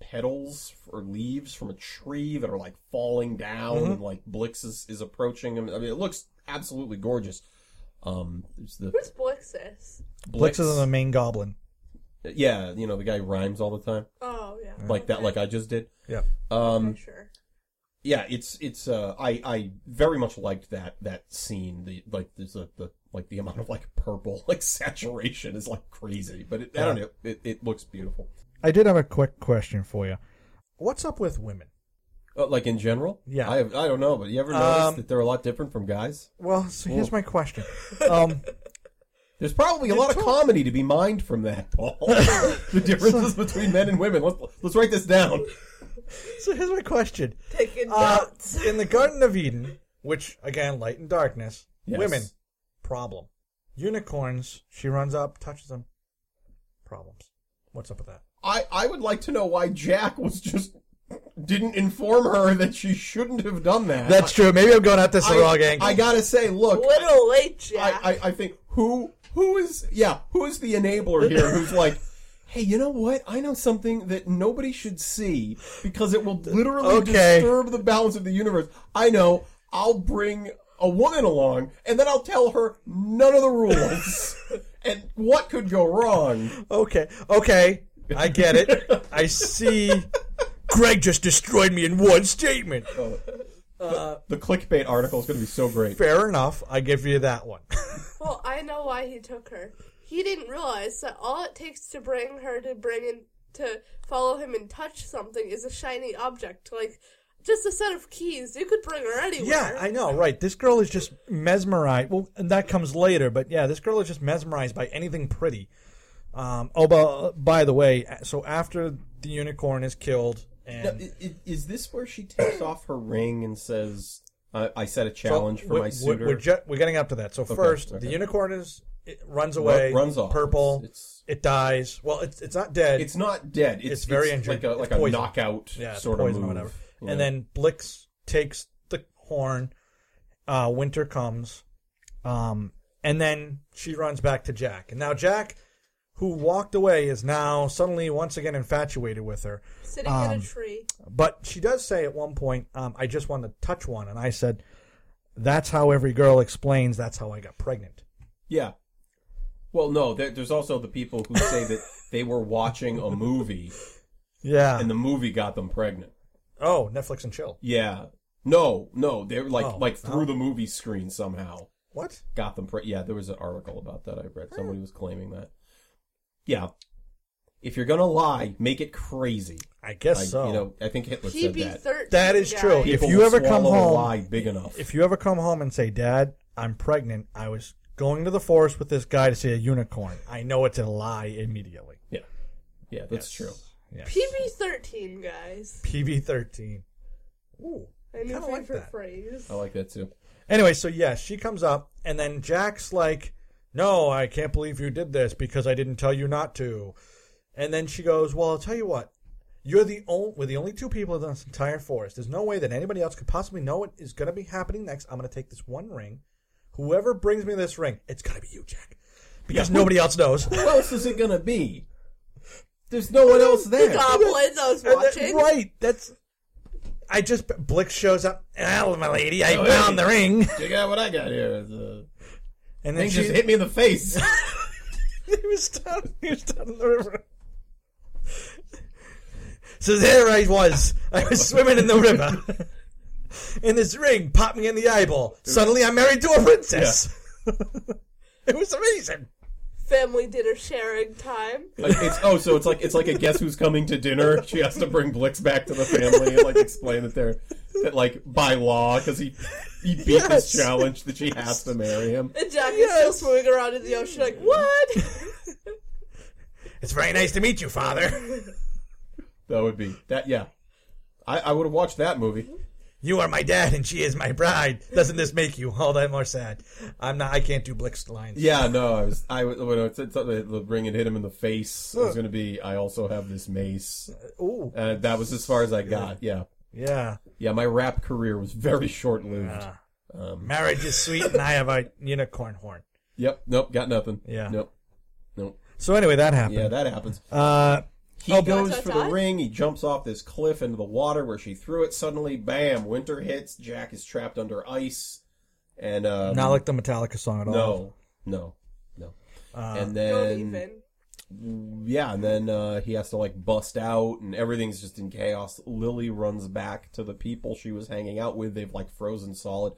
F: petals or leaves from a tree that are like falling down and like Blix is, is approaching him. I mean it looks absolutely gorgeous. Um there's the
G: Who's Blixis?
E: Blixen is the main goblin.
F: Yeah, you know, the guy who rhymes all the time.
G: Oh yeah.
F: Like that like I just did.
E: Yeah.
F: Um
G: Sure.
F: yeah, it's it's uh I I very much liked that that scene. The like there's a, the like the amount of like purple like saturation is like crazy, but it, I don't know. It, it looks beautiful.
E: I did have a quick question for you. What's up with women?
F: Uh, like in general,
E: Yeah.
F: I have, I don't know, but you ever noticed
E: Um,
F: that they're a lot different from guys?
E: Well, so here's my question. Um,
F: There's probably a lot of comedy to be mined from that, Paul. the differences between men and women. Let's let's write this down.
E: So here's my question.
G: Taking
E: Uh,
G: notes.
E: in the Garden of Eden, which again, light and darkness,
F: Yes.
E: women, problem. Unicorns, she runs up, touches them, problems. What's up with that?
F: I I would like to know why Jack was just didn't inform her that she shouldn't have done that.
E: true. Maybe I'm going at this
F: I, I gotta say, look,
G: Little late Jack.
F: I, I, I think who who is yeah who is the enabler here who's like hey you know what i know something that nobody should see because it will literally
E: Okay.
F: disturb the balance of the universe i know i'll bring a woman along and then i'll tell her none of the rules and what could go wrong
E: okay, okay, I get it. I see. Greg just destroyed me in one statement.
F: the clickbait article is going to be so great
E: Fair enough. I give you that one.
G: well, I know why he took her. He didn't realize that all it takes to bring her to bring in to follow him and touch something is a shiny object, like just a set of keys. You could bring her anywhere.
E: Yeah, I know, right. This girl is just mesmerized. Well, and that comes later, but yeah, this girl is just mesmerized by anything pretty. Um, oh, but, by the way, so after the unicorn is killed,
F: Now,
E: and
F: i- i- is this where she takes off her ring and says I I set a challenge for
E: we're,
F: my
E: we're-
F: suitor.
E: We're, ju- we're getting up to that. So first,
F: okay.
E: the unicorn is it runs away,
F: runs off.
E: purple.
F: It's- it's-
E: it dies. Well, it's it's not dead.
F: It's not dead. It's,
E: It's very injured.
F: Like a,
E: It's
F: like a
E: poison.
F: knockout
E: yeah, it's
F: sort
E: poison
F: of
E: or
F: move.
E: whatever.
F: Yeah.
E: And then Blix takes the horn. Uh, winter comes, um, and then she runs back to Jack. And now Jack, who walked away, is now suddenly once again infatuated with her.
G: Sitting
E: um,
G: in a tree.
E: But she does say at one point, um, "I just want to touch one," and I said, "That's how every girl explains. That's how I got pregnant."
F: yeah. Well, no. There, there's also the people who say that they were watching a movie
E: Yeah.
F: and the movie got them pregnant.
E: oh, Netflix and chill.
F: Yeah. No, no. They were like
E: Oh,
F: like through the movie screen somehow
E: What?
F: got them. Pre- yeah, there was an article about that I read.
E: Hmm.
F: Somebody was claiming that. Yeah. If you're gonna lie, make it crazy.
E: I guess
F: I,
E: so.
F: you know, I think Hitler said
G: PB
F: that.
G: thirteen.
E: That is
G: guys.
E: true.
F: People
E: If you
F: will
E: ever come
F: swallow a
E: home-
F: lie big enough.
E: if you ever come home and say, "Dad, I'm pregnant. I was going to the forest with this guy to see a unicorn," I know it's a lie immediately.
F: yeah, yeah, that's true.
G: PB thirteen guys.
E: PB thirteen. Ooh.
G: A new
E: Kinda
G: favorite
E: like that.
G: phrase.
F: I like that too.
E: Anyway, so yeah, she comes up, and then Jack's like, "No, I can't believe you did this because I didn't tell you not to." And then she goes, "Well, I'll tell you what. You're the only we're the only two people in this entire forest. There's no way that anybody else could possibly know what is going to be happening next. I'm going to take this one ring. Whoever brings me this ring, it's going to be you, Jack, because nobody else knows."
F: Who else is it gonna be? There's no one else there.
G: The goblin that was
E: And that-
G: watching.
E: right? That's. I just Blick shows up. Oh, my lady, I found the ring.
F: You got what I got here. The
E: And then
F: thing
E: she
F: just hit me in the face.
E: he was down. He was down in the river. So there I was. I was swimming in the river, and this ring popped me in the eyeball. Suddenly, I'm married to a princess. it was amazing.
G: Family dinner sharing time.
F: Like, it's, oh, so it's like it's like a guess who's coming to dinner. She has to bring Blix back to the family and like explain that they're that like by law because he he beat
E: Yes.
F: this challenge that she has to marry him.
G: And Jack is
E: Yes.
G: still swimming around in the ocean
F: Mm.
G: like, what?
E: It's very nice to meet you, father.
F: That would be that. Yeah, I, I would have watched that movie.
E: You are my dad, and she is my bride. Doesn't this make you all that more sad? I'm not. I can't do Blick's lines.
F: Yeah, no, I was. I was. When I said something, the ring had hit him in the face. It was going to be. I also have this mace.
E: Ooh.
F: Uh, that was as far as I got. Yeah,
E: Yeah.
F: yeah. My rap career was very short lived.
E: Ah. Marriage is sweet, and I have a unicorn horn.
F: Yep. Nope. Got nothing.
E: Yeah.
F: Nope. Nope.
E: So anyway, that happened.
F: Yeah, that happens.
E: uh,
F: He
E: Oh,
F: goes
G: but-
F: for the ring. He jumps off this cliff into the water where she threw it. Suddenly, bam! Winter hits. Jack is trapped under ice. And um,
E: not like the Metallica song at all. Uh,
F: no, no, no.
E: Ah.
F: and then
G: Don't even.
F: yeah, and then uh, he has to like bust out, and everything's just in chaos. Lily runs back to the people she was hanging out with. They've like frozen solid.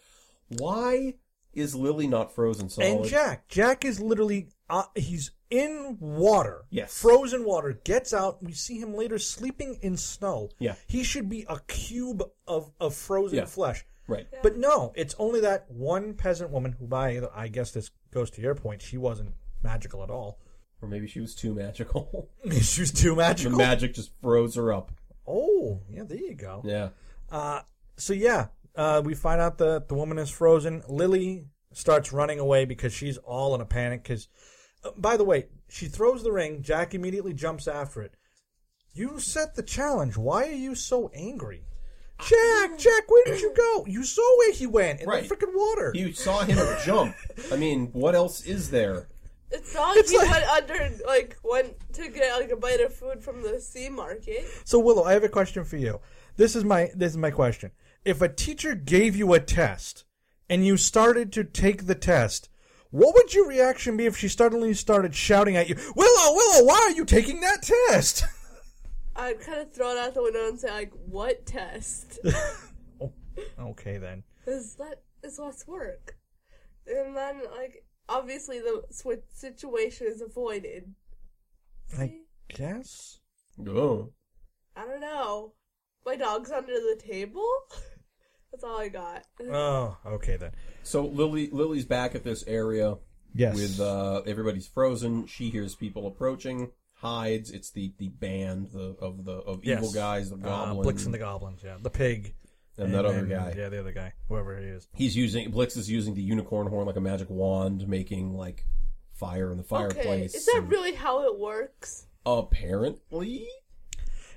F: Why is Lily not frozen solid?
E: And Jack, Jack is literally uh, he's in water,
F: Yes.
E: frozen water. Gets out. We see him later sleeping in snow.
F: Yeah.
E: he should be a cube of of frozen
F: Yeah.
E: flesh.
F: right?
E: But no, it's only that one peasant woman who, by the- I guess this goes to your point, she wasn't magical at all.
F: Or maybe she was too magical.
E: She was too
F: the
E: magical.
F: magic just froze her up.
E: oh, yeah, there you go.
F: Yeah.
E: So yeah, uh, we find out that the woman is frozen. Lily starts running away because she's all in a panic. Because, by the way, she throws the ring. Jack immediately jumps after it. You set the challenge. Why are you so angry? Jack, Jack, where did you go? You saw where he went in
F: Right.
E: the freaking water.
F: You saw him jump. I mean, what else is there?
G: It's not like
E: It's
G: he
E: like-
G: went under, like went to get like a bite of food from the sea market.
E: So Willow, I have a question for you. This is my this is my question. If a teacher gave you a test and you started to take the test, what would your reaction be if she suddenly started shouting at you, "Willow, Willow, why are you taking that test?"
G: I'd kind of throw it out the window and say like, "What test?
E: Okay then.
G: Is that is less work?" And then like obviously the swi- situation is avoided.
E: I guess.
F: Oh.
G: I don't know. My dog's under the table. That's all I got.
E: Oh, okay then.
F: So Lily Lily's back at this area
E: Yes.
F: with uh, everybody's frozen. She hears people approaching, hides. It's the, the band the, of the of
E: Yes.
F: evil guys, the
E: Uh,
F: goblin,
E: Blix and the goblins, yeah. The pig
F: and that other
E: and-
F: guy.
E: Yeah, the other guy, whoever he is.
F: He's using Blix is using the unicorn horn like a magic wand, making like fire in the
G: okay,
F: fireplace.
G: is that
F: and-
G: really how it works?
F: apparently?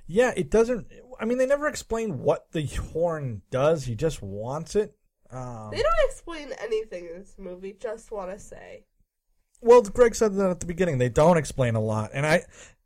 E: Yeah, it doesn't. I mean, they never explain what the horn does. He just wants it. Um,
G: They don't explain anything in this movie. Just want to say.
E: Well, Greg said that at the beginning. They don't explain a lot, and I,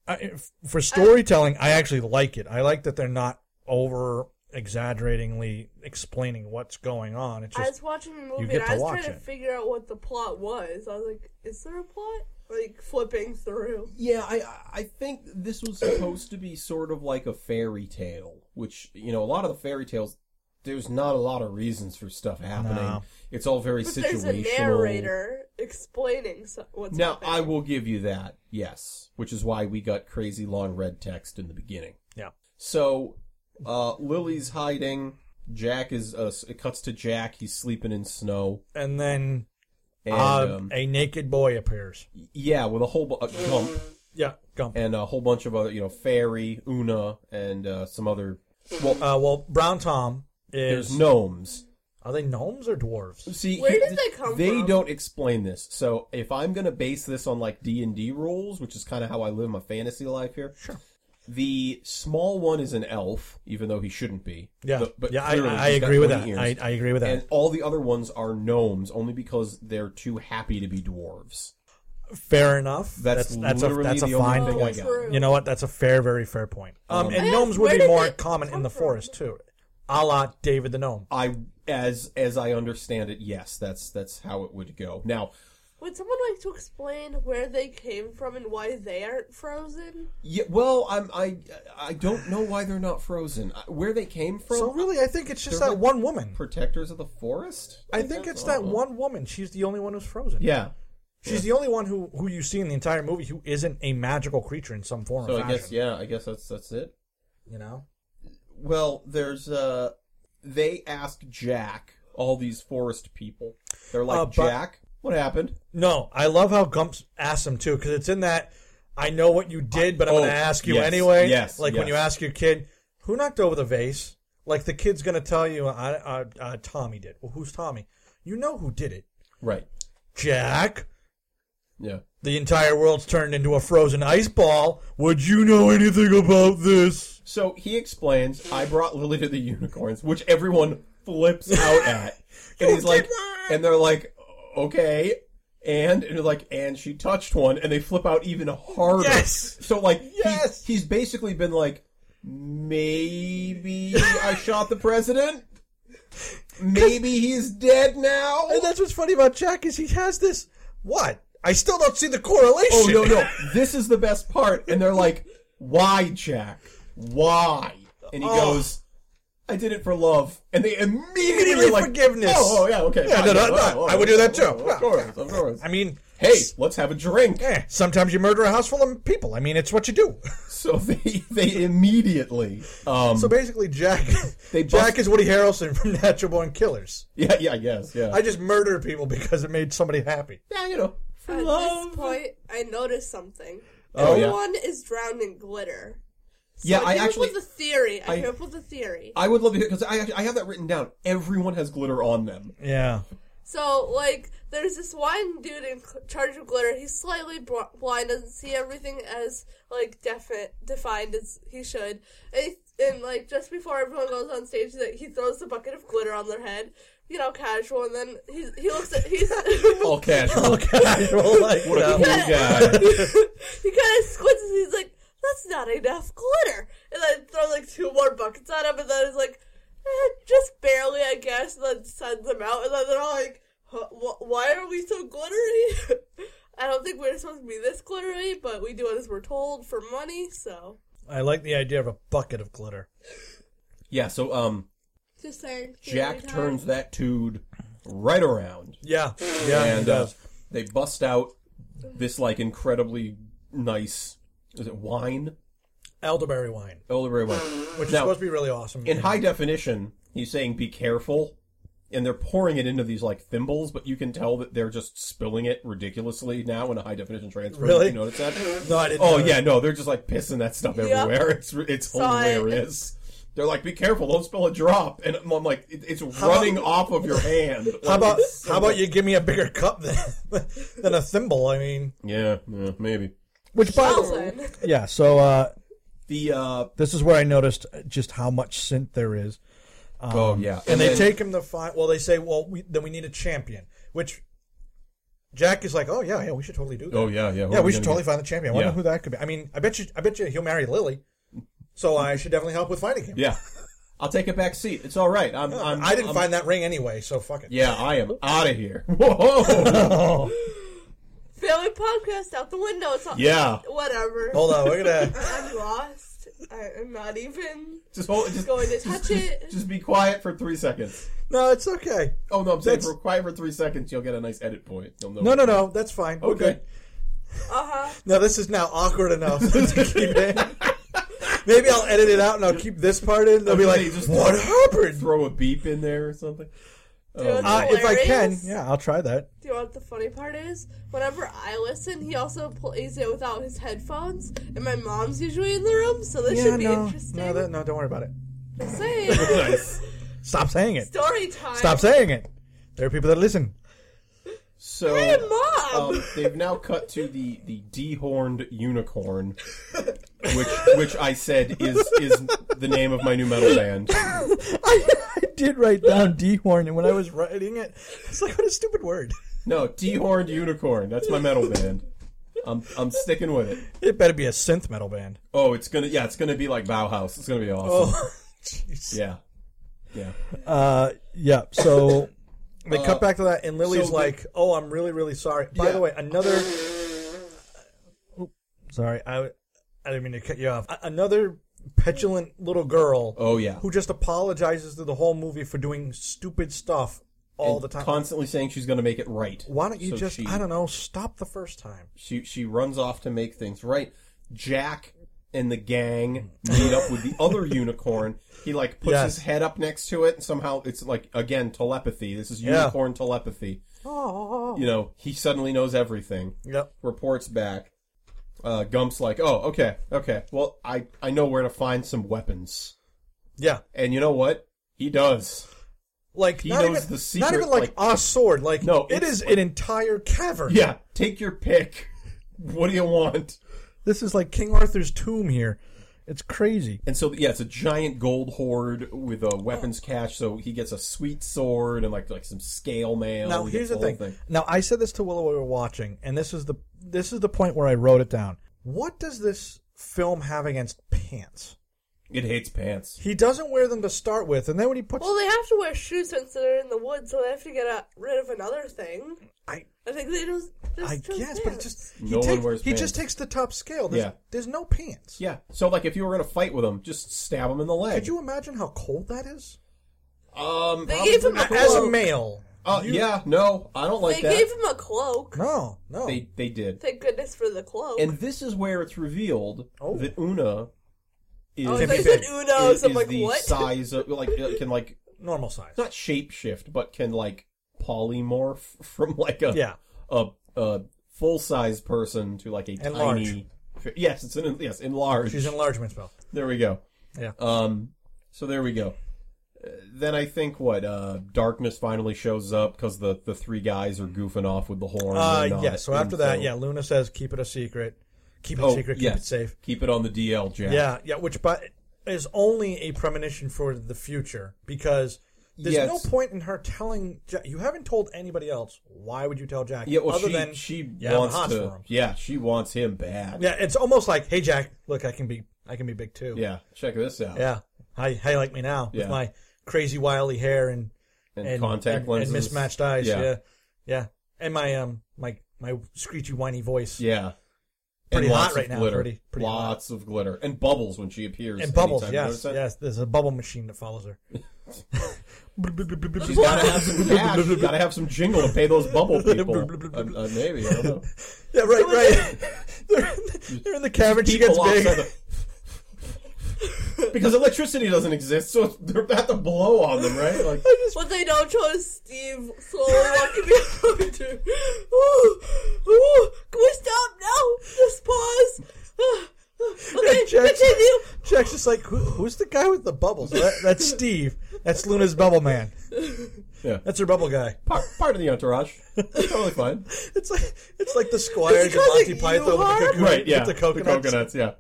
E: I for storytelling, I actually like it. I like that they're not over exaggeratingly explaining what's going on. It's
G: I
E: just
G: was watching the movie
E: get
G: and
E: to
G: I was
E: watch
G: trying to
E: it.
G: figure out what the plot was. I was like, is there a plot? Like flipping through.
F: Yeah, I I think this was supposed to be sort of like a fairy tale, which you know a lot of the fairy tales. There's not a lot of reasons for stuff happening.
E: No.
F: It's all very
G: But
F: situational.
G: there's a narrator explaining so- what's
F: Now I
G: happening.
F: will give you that, yes, which is why we got crazy long red text in the beginning.
E: yeah.
F: So, uh, Lily's hiding. Jack is. Uh, it cuts to Jack. He's sleeping in snow.
E: And then
F: And,
E: uh,
F: um,
E: a naked boy appears.
F: yeah, with a whole bu- a jump.
E: Yeah, Gump.
F: and a whole bunch of other, you know, Fairy, Una, and uh, some other. Well,
E: Uh, well, Brown Tom is.
F: there's gnomes.
E: Are they gnomes or dwarves?
F: See,
G: Where
F: he-
G: did they come
F: They
G: from?
F: don't explain this. So if I'm gonna base this on like D and D rules, which is kind of how I live my fantasy life here. Sure. The small one is an elf, even though he shouldn't be.
E: Yeah,
F: The- but
E: yeah, I,
F: clearly
E: I
F: he's got
E: agree with that.
F: pointy
E: I,
F: ears.
E: I agree with that.
F: And all the other ones are gnomes, only because they're too happy to be dwarves.
E: fair enough.
F: That's
E: That's that's,
F: literally
E: a that's a
F: the only
E: fine
F: thing I
E: point.
F: got.
G: True.
E: You know what? That's a fair, very fair point. Um, and
G: Yeah,
E: gnomes would
G: where
E: be
G: did
E: more
G: that
E: common
G: come
E: in the
G: from?
E: forest too, a la David the gnome.
F: I as as I understand it, yes, that's that's how it would go. Now,
G: Would someone like to explain where they came from and why they aren't frozen?
F: Yeah, well, I'm I I don't know why they're not frozen. I- Where they came from?
E: So really, I think it's just
F: They're
E: that
F: like-
E: one woman.
F: protectors of the forest.
E: I think it's
F: That's
E: that
F: all.
E: one woman. She's the only one who's frozen.
F: Yeah.
E: she's the only one who who you see in the entire movie who isn't a magical creature in some form.
F: So
E: or
F: I
E: fashion,
F: guess yeah, I guess that's that's it.
E: you know.
F: Well, there's uh, they ask Jack all these forest people. They're like
E: Uh, but-
F: Jack, what happened?
E: No, I love how Gumps asks him too because it's in that. I know what you did, but I'm
F: Oh,
E: going to ask you
F: yes,
E: anyway.
F: yes,
E: like when
F: yes.
E: you ask your kid, who knocked over the vase? Like the kid's going to tell you, I, I, I, Tommy did. Well, who's Tommy? You know who did it,
F: Right.
E: Jack.
F: Yeah.
E: The entire world's turned into a frozen ice ball. Would you know anything about this?
F: So he explains, I brought Lily to the unicorns, which everyone flips out at. And he's like, and they're like, okay. And, and they're like, and she touched one, and they flip out even harder.
E: Yes.
F: So like, he-
E: Yes.
F: he's basically been like, maybe I shot the president. Maybe he's dead now.
E: And that's what's funny about Jack is he has this. What? I still don't see the correlation.
F: Oh no no! This is the best part, and they're like, "Why, Jack? Why?" And he
E: Oh.
F: goes, "I did it for love," and they immediately
E: Immediately
F: are like,
E: forgiveness.
F: Oh, oh, yeah, okay,
E: Yeah,
F: fine,
E: no, no,
F: all right,
E: no,
F: all
E: I would do that
F: all right,
E: too.
F: oh, Of course, of course.
E: I mean,
F: hey, let's have a drink.
E: eh, sometimes you murder a house full of people. I mean, it's what you do.
F: So they they immediately, um,
E: So basically, Jack
F: They bust-
E: Jack is Woody Harrelson from Natural Born Killers.
F: yeah, yeah, yes, yeah,
E: I just murder people because it made somebody happy.
F: yeah, you know,
G: At
E: Love.
G: this point, I noticed something.
E: Oh, yeah.
G: Everyone is drowned in glitter. So
F: Yeah,
G: I,
F: I
G: came
F: actually-
G: up with a theory. I,
F: I-
G: came up with a theory.
F: I would love to because I I have that written down. Everyone has glitter on them.
E: Yeah.
G: So, like, there's this one dude in cl- charge of glitter. He's slightly bl- blind, doesn't see everything as, like, defi- defined as he should. And, he- and, like, just before everyone goes on stage, that he throws a bucket of glitter on their head. You know, casual. And then he, he looks at... He's,
F: All casual.
E: Oh, casual, like uh,
F: What a
E: that.
F: cool guy.
G: he kind of squints and he's like, that's not enough glitter. And then throw like two more buckets at him and then he's like, eh, just barely, I guess, and then sends them out. And then they're all like, huh, wh- why are we so glittery? I don't think we're supposed to be this glittery, but we do it as we're told for money, so.
E: I like the idea of a bucket of glitter.
F: Yeah. So um,
G: Just saying.
F: Jack turns that dude right around.
E: Yeah. Yeah, he
F: and uh,
E: does.
F: they bust out this like incredibly nice is it wine
E: Elderberry wine,
F: elderberry wine
E: which is
F: Now-
E: supposed to be really awesome.
F: in high definition he's saying be careful and they're pouring it into these like thimbles but you can tell that they're just spilling it ridiculously now in a high definition transfer Did
E: Really?
F: you notice that
E: No, I didn't
F: oh
E: know
F: yeah
E: that.
F: no they're just like pissing that stuff everywhere it's it's
G: Saw it.
F: hilarious they're like be careful don't spill a drop and i'm like it, it's running off of your hand
E: How about
F: It's so
E: how about
F: bad.
E: you give me a bigger cup than than a thimble? I mean,
F: yeah, yeah maybe
E: which by
G: Thousand.
E: yeah. So uh,
F: the uh
E: this is where I noticed uh, just how much synth there is.
F: oh yeah
E: and they
F: then-
E: take him to find. Well, they say, well, we, then we need a champion. Which Jack is like, oh yeah, yeah, we should totally do that.
F: Oh yeah, yeah. who
E: yeah,
F: are
E: we should
F: gonna
E: totally
F: get?
E: find the champion. I wonder
F: Yeah.
E: who that could be. I mean, I bet you, I bet you he'll marry Lily. So I should definitely help with finding him.
F: Yeah, I'll take a back seat. It's all right. I'm. I'm
E: I didn't
F: I'm-
E: find that ring anyway, so fuck it. Oh,
F: Yeah, I am out of here. Whoa.
G: Family podcast out the window. It's all,
F: yeah.
G: Whatever.
E: Hold on, we're gonna.
G: I'm lost. I, I'm not even
F: Just hold. Just
G: going to
F: just-
G: touch it.
F: Just be quiet for three seconds.
E: No, it's okay.
F: Oh no, I'm saying
E: That's-
F: for quiet for three seconds, you'll get a nice edit point. You'll know
E: No, no, no, that's fine. We're
F: Okay.
E: good.
G: Uh-huh.
E: No, this is now awkward enough to keep in. Maybe I'll edit it out and I'll keep this part in. They'll be like,
F: Okay, just-
E: "What happened?"
F: Throw a beep in there or something. Oh.
G: Dude,
E: Uh, if I can,
G: hilarious.
E: yeah, I'll try that.
G: Do you know what the funny part is? Whenever I listen, he also plays it without his headphones, and my mom's usually in the room, so this
E: yeah,
G: should be
E: no,
G: interesting.
E: no, that, no, don't worry about it.
G: Just saying.
F: Nice.
E: Stop saying it.
G: Story time.
E: Stop saying it. There are people that listen.
F: So.
G: Hey, mom.
F: um, they've now cut to the the dehorned unicorn, which which I said is is the name of my new metal band.
E: I, I did write down dehorn, and when I was writing it, it's like what a stupid word.
F: No, dehorned unicorn. That's my metal band. I'm I'm sticking with it.
E: It better be a synth metal band.
F: Oh, it's gonna yeah, it's gonna be like Bauhaus. It's gonna be awesome.
E: jeez.
F: Yeah, yeah.
E: Uh, yeah. So they cut back to that, and Lily's
F: so the-
E: like, "Oh, I'm really, really sorry." By the
F: Yeah.
E: way, another. Oop, sorry, I I didn't mean to cut you off. A- Another petulant little girl.
F: Oh yeah.
E: Who just apologizes to the whole movie for doing stupid stuff all the time.
F: Constantly saying she's gonna make it right.
E: Why don't you
F: So
E: just
F: She,
E: I don't know stop the first time?
F: She she runs off to make things right. Jack and the gang meet up with the other unicorn. He like puts
E: Yes.
F: his head up next to it, and somehow it's like again telepathy. This is
E: Yeah.
F: unicorn telepathy.
E: Oh.
F: You know, he suddenly knows everything.
E: Yep.
F: reports back. Uh, Gump's like, "Oh, okay, okay. Well, I I know where to find some weapons."
E: Yeah.
F: And you know what? He does.
E: Like
F: He
E: not
F: knows
E: even
F: the
E: not
F: secret,
E: even like, a sword. Like
F: No,
E: it
F: it's
E: is
F: like-
E: an entire cavern.
F: Yeah, take your pick. What do you want?
E: This is like King Arthur's tomb here. It's crazy.
F: And so yeah, it's a giant gold hoard with a weapons cache. So he gets a sweet sword and like like some scale mail.
E: Now
F: He
E: here's
F: gets
E: the
F: whole
E: thing. Now I said this to Willow while we were watching, and this is the this is the point where I wrote it down. What does this film have against pants?
F: It hates pants.
E: He doesn't wear them to start with, and then when he puts
G: well, they have to wear shoes since they're in the woods, so they have to get uh rid of another thing.
E: I
G: I think they just. just
E: I
G: chose
E: guess, but it
G: pants.
E: just he,
F: No one
E: takes-
F: wears
E: he just
F: pants.
E: takes the top scale. There's,
F: Yeah.
E: there's no pants.
F: Yeah. So like if you were in a fight with him, just stab him in the leg.
E: Could you imagine how cold that is?
F: Um.
G: They
F: probably-
G: gave him a
E: As a
G: cloak.
E: male,
F: Uh, yeah. No, I don't like
G: they
F: that.
G: gave him a cloak.
E: no, no.
F: they they did.
G: Thank goodness for the cloak.
F: And this is where it's revealed
E: Oh.
F: that Una is,
G: oh,
E: Can
G: they
E: be
G: said
E: big.
G: Uno,
F: is-
G: so I'm
F: is
G: like,
F: the
G: what?
F: size of like uh, can like
E: normal size.
F: not shapeshift but can like polymorph from like a
E: Yeah.
F: a, a full size person to like a
E: Enlarge.
F: tiny. Yes, it's an yes enlarged.
E: She's enlargement spell.
F: There we go.
E: Yeah.
F: Um. So there we go. Uh, Then I think what uh, darkness finally shows up because the the three guys are goofing off with the horn. and
E: Uh,
F: all
E: yeah.
F: that.
E: So after
F: And
E: that,
F: so-
E: yeah, Luna says, "Keep it a secret. Keep it
F: Oh,
E: secret. Keep
F: yes.
E: it safe."
F: Keep it on the DL, Jack.
E: Yeah, yeah, which but is only a premonition for the future because there's
F: Yes.
E: no point in her telling Jack. You haven't told anybody else. Why would you tell Jack?
F: Yeah. Well,
E: other
F: she
E: than
F: she
E: yeah, I'm
F: wants
E: hot
F: to.
E: for him.
F: Yeah, she wants him bad.
E: Yeah, it's almost like, hey, Jack, look, I can be, I can be big too.
F: Yeah, Check this out.
E: yeah. How how you like me now
F: Yeah.
E: with my crazy wily hair and
F: And, contact
E: and,
F: lenses
E: and mismatched eyes.
F: Yeah.
E: Yeah. yeah, and my um my my screechy whiny voice.
F: Yeah.
E: Pretty
F: and
E: hot
F: lots of
E: right now,
F: Glitter.
E: pretty- pretty hot.
F: lots of glitter and bubbles when she appears.
E: And bubbles,
F: anytime. You
E: yes,
F: notice that?
E: yes. There's a bubble machine that follows her.
F: She's gotta have some cash. She's gotta have some jingle to pay those bubble people. uh, uh, maybe I don't know.
E: Yeah, right, right. they're, in the, they're in the cavern. She gets
F: People
E: big.
F: outside the- because electricity doesn't exist, so they're about to blow on them, right? Like,
G: What they don't show is Steve slowly walking down to. Ooh, ooh, can we stop now? Just pause. Ah, ah, Okay,
E: Jack's,
G: continue.
E: Jack's just like, Who, who's the guy with the bubbles? That, that's Steve. That's Luna's bubble man.
F: Yeah.
E: That's her bubble guy.
F: part, part of the entourage. totally fine.
E: It's like it's like the squires
G: Is it
E: and
G: 'cause
E: Monty
G: it
E: Python with the,
G: you
E: cocoon,
F: Right, yeah.
E: with the coconuts.
F: The coconuts, yeah.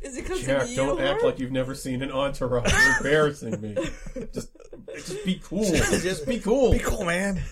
G: Is it because
F: Jack,
G: of you?
F: don't act
G: huh?
F: like you've never seen an entourage. You're embarrassing me. Just, just be cool. Just be cool.
E: Be cool, man.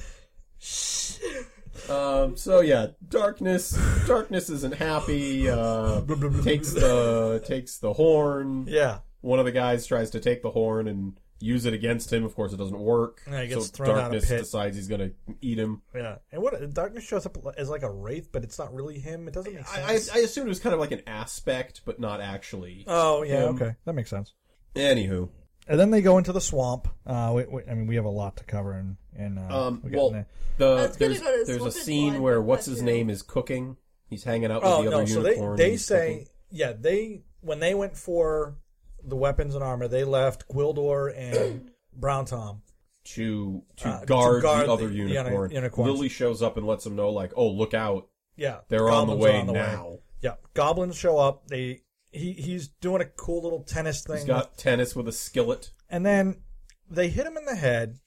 F: Um, so yeah, darkness. Darkness isn't happy. Uh, takes the takes the horn.
E: Yeah.
F: One of the guys tries to take the horn and use it against him. Of course, it doesn't work.
E: Yeah, he gets
F: so
E: thrown out of
F: darkness
E: pit.
F: decides he's gonna eat him.
E: Yeah. And what darkness shows up as like a wraith, but it's not really him. It doesn't make
F: I, I,
E: sense.
F: I assumed it was kind of like an aspect, but not actually.
E: oh yeah,
F: Um,
E: okay, that makes sense.
F: Anywho,
E: And then they go into the swamp. Uh, we, we, I mean, we have a lot to cover, and and uh,
F: um,
E: we're getting
F: well,
E: there.
F: the
G: That's gonna
F: there's
G: go to
F: there's a
G: Swamp and
F: scene
G: Swine,
F: where
G: but
F: what's
G: that's
F: his
G: it.
F: name is cooking. He's hanging out with
E: Oh
F: the
E: no!
F: other
E: So they
F: unicorn. and
E: they
F: he's
E: say
F: cooking.
E: yeah they when they went for the weapons and armor they left Gwildor and Brown Tom.
F: to to,
E: Uh, to
F: guard,
E: guard
F: the other
E: the- the
F: unicorn.
E: uni- unicorns.
F: Lily shows up and lets them know, like, "Oh, look out!
E: Yeah,
F: They're on
E: goblins
F: the
E: are
F: way now."
E: Yeah, goblins show up. They he he's doing a cool little tennis thing,
F: He's got tennis with a skillet.
E: and then they hit him in the head.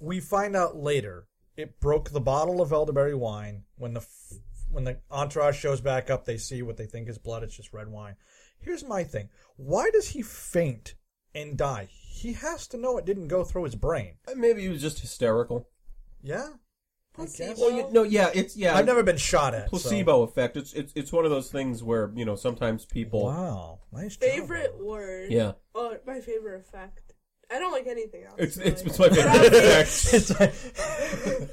E: We find out later it broke the bottle of elderberry wine. When the f- when the entourage shows back up, they see what they think is blood. It's just red wine. Here's my thing: Why does he faint and die? He has to know it didn't go through his brain.
F: Uh, Maybe he was just hysterical.
E: Yeah.
G: Placebo.
F: Well, you, no, yeah, it's yeah.
E: I've never been shot at. so-
F: placebo effect. It's it's it's one of those things where you know sometimes people.
E: Wow. Nice job.
G: Favorite word.
F: Yeah,
G: Oh, my favorite effect. I don't like anything else.
F: it's it's,
G: really.
F: it's my favorite effect.
E: It's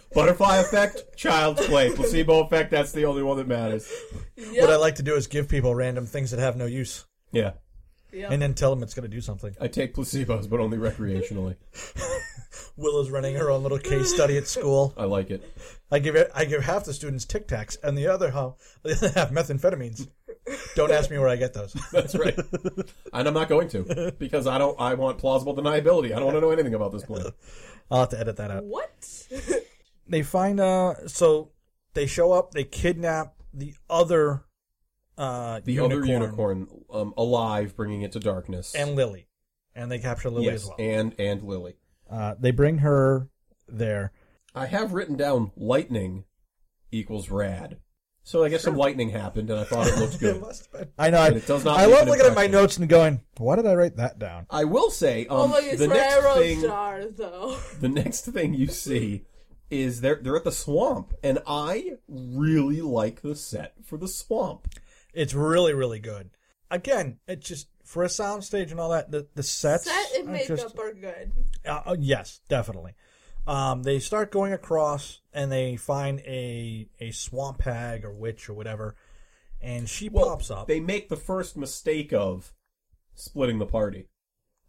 E: like-
F: Butterfly effect, child's play. Placebo effect. That's the only one that matters.
G: Yep,
E: What I like to do is give people random things that have no use
F: Yeah,
G: yep.
E: and then tell them it's going to do something.
F: I take placebos, but only recreationally.
E: Willow's running her own little case study at school.
F: I like it.
E: I give it, I give half the students Tic Tacs and the other half, the other half methamphetamines. Don't ask me where I get those.
F: That's right. and I'm not going to because I don't. I want plausible deniability. I don't want to know anything about this plan.
E: I'll have to edit
F: uh,
E: that out.
G: What?
E: They find uh so they show up, they kidnap the other uh
F: The other unicorn um, alive, bringing it to darkness.
E: and Lily. And they capture Lily
F: yes,
E: as well.
F: and and Lily.
E: uh, they bring her there.
F: I have written down lightning equals rad. So I guess some lightning happened, and I thought it looked good.
E: I know. I,
F: And it does not
E: I
F: leave
E: love
F: an
E: looking at my
F: impression.
E: notes and going, "Why did I write that down?"
F: I will say,
G: oh
F: um,
G: my, it's
F: the next
G: Ferrero
F: thing,
G: Star though.
F: the next thing you see is they're they're at the swamp, and I really like the set for the swamp.
E: It's really, really good. Again, it just for a soundstage and all that. The the sets,
G: Set and
E: are
G: makeup
E: just-
G: are good.
E: uh, uh, yes, definitely. Um, they start going across and they find a a swamp hag or witch or whatever, and she
F: Well,
E: pops up.
F: They make the first mistake of splitting the party.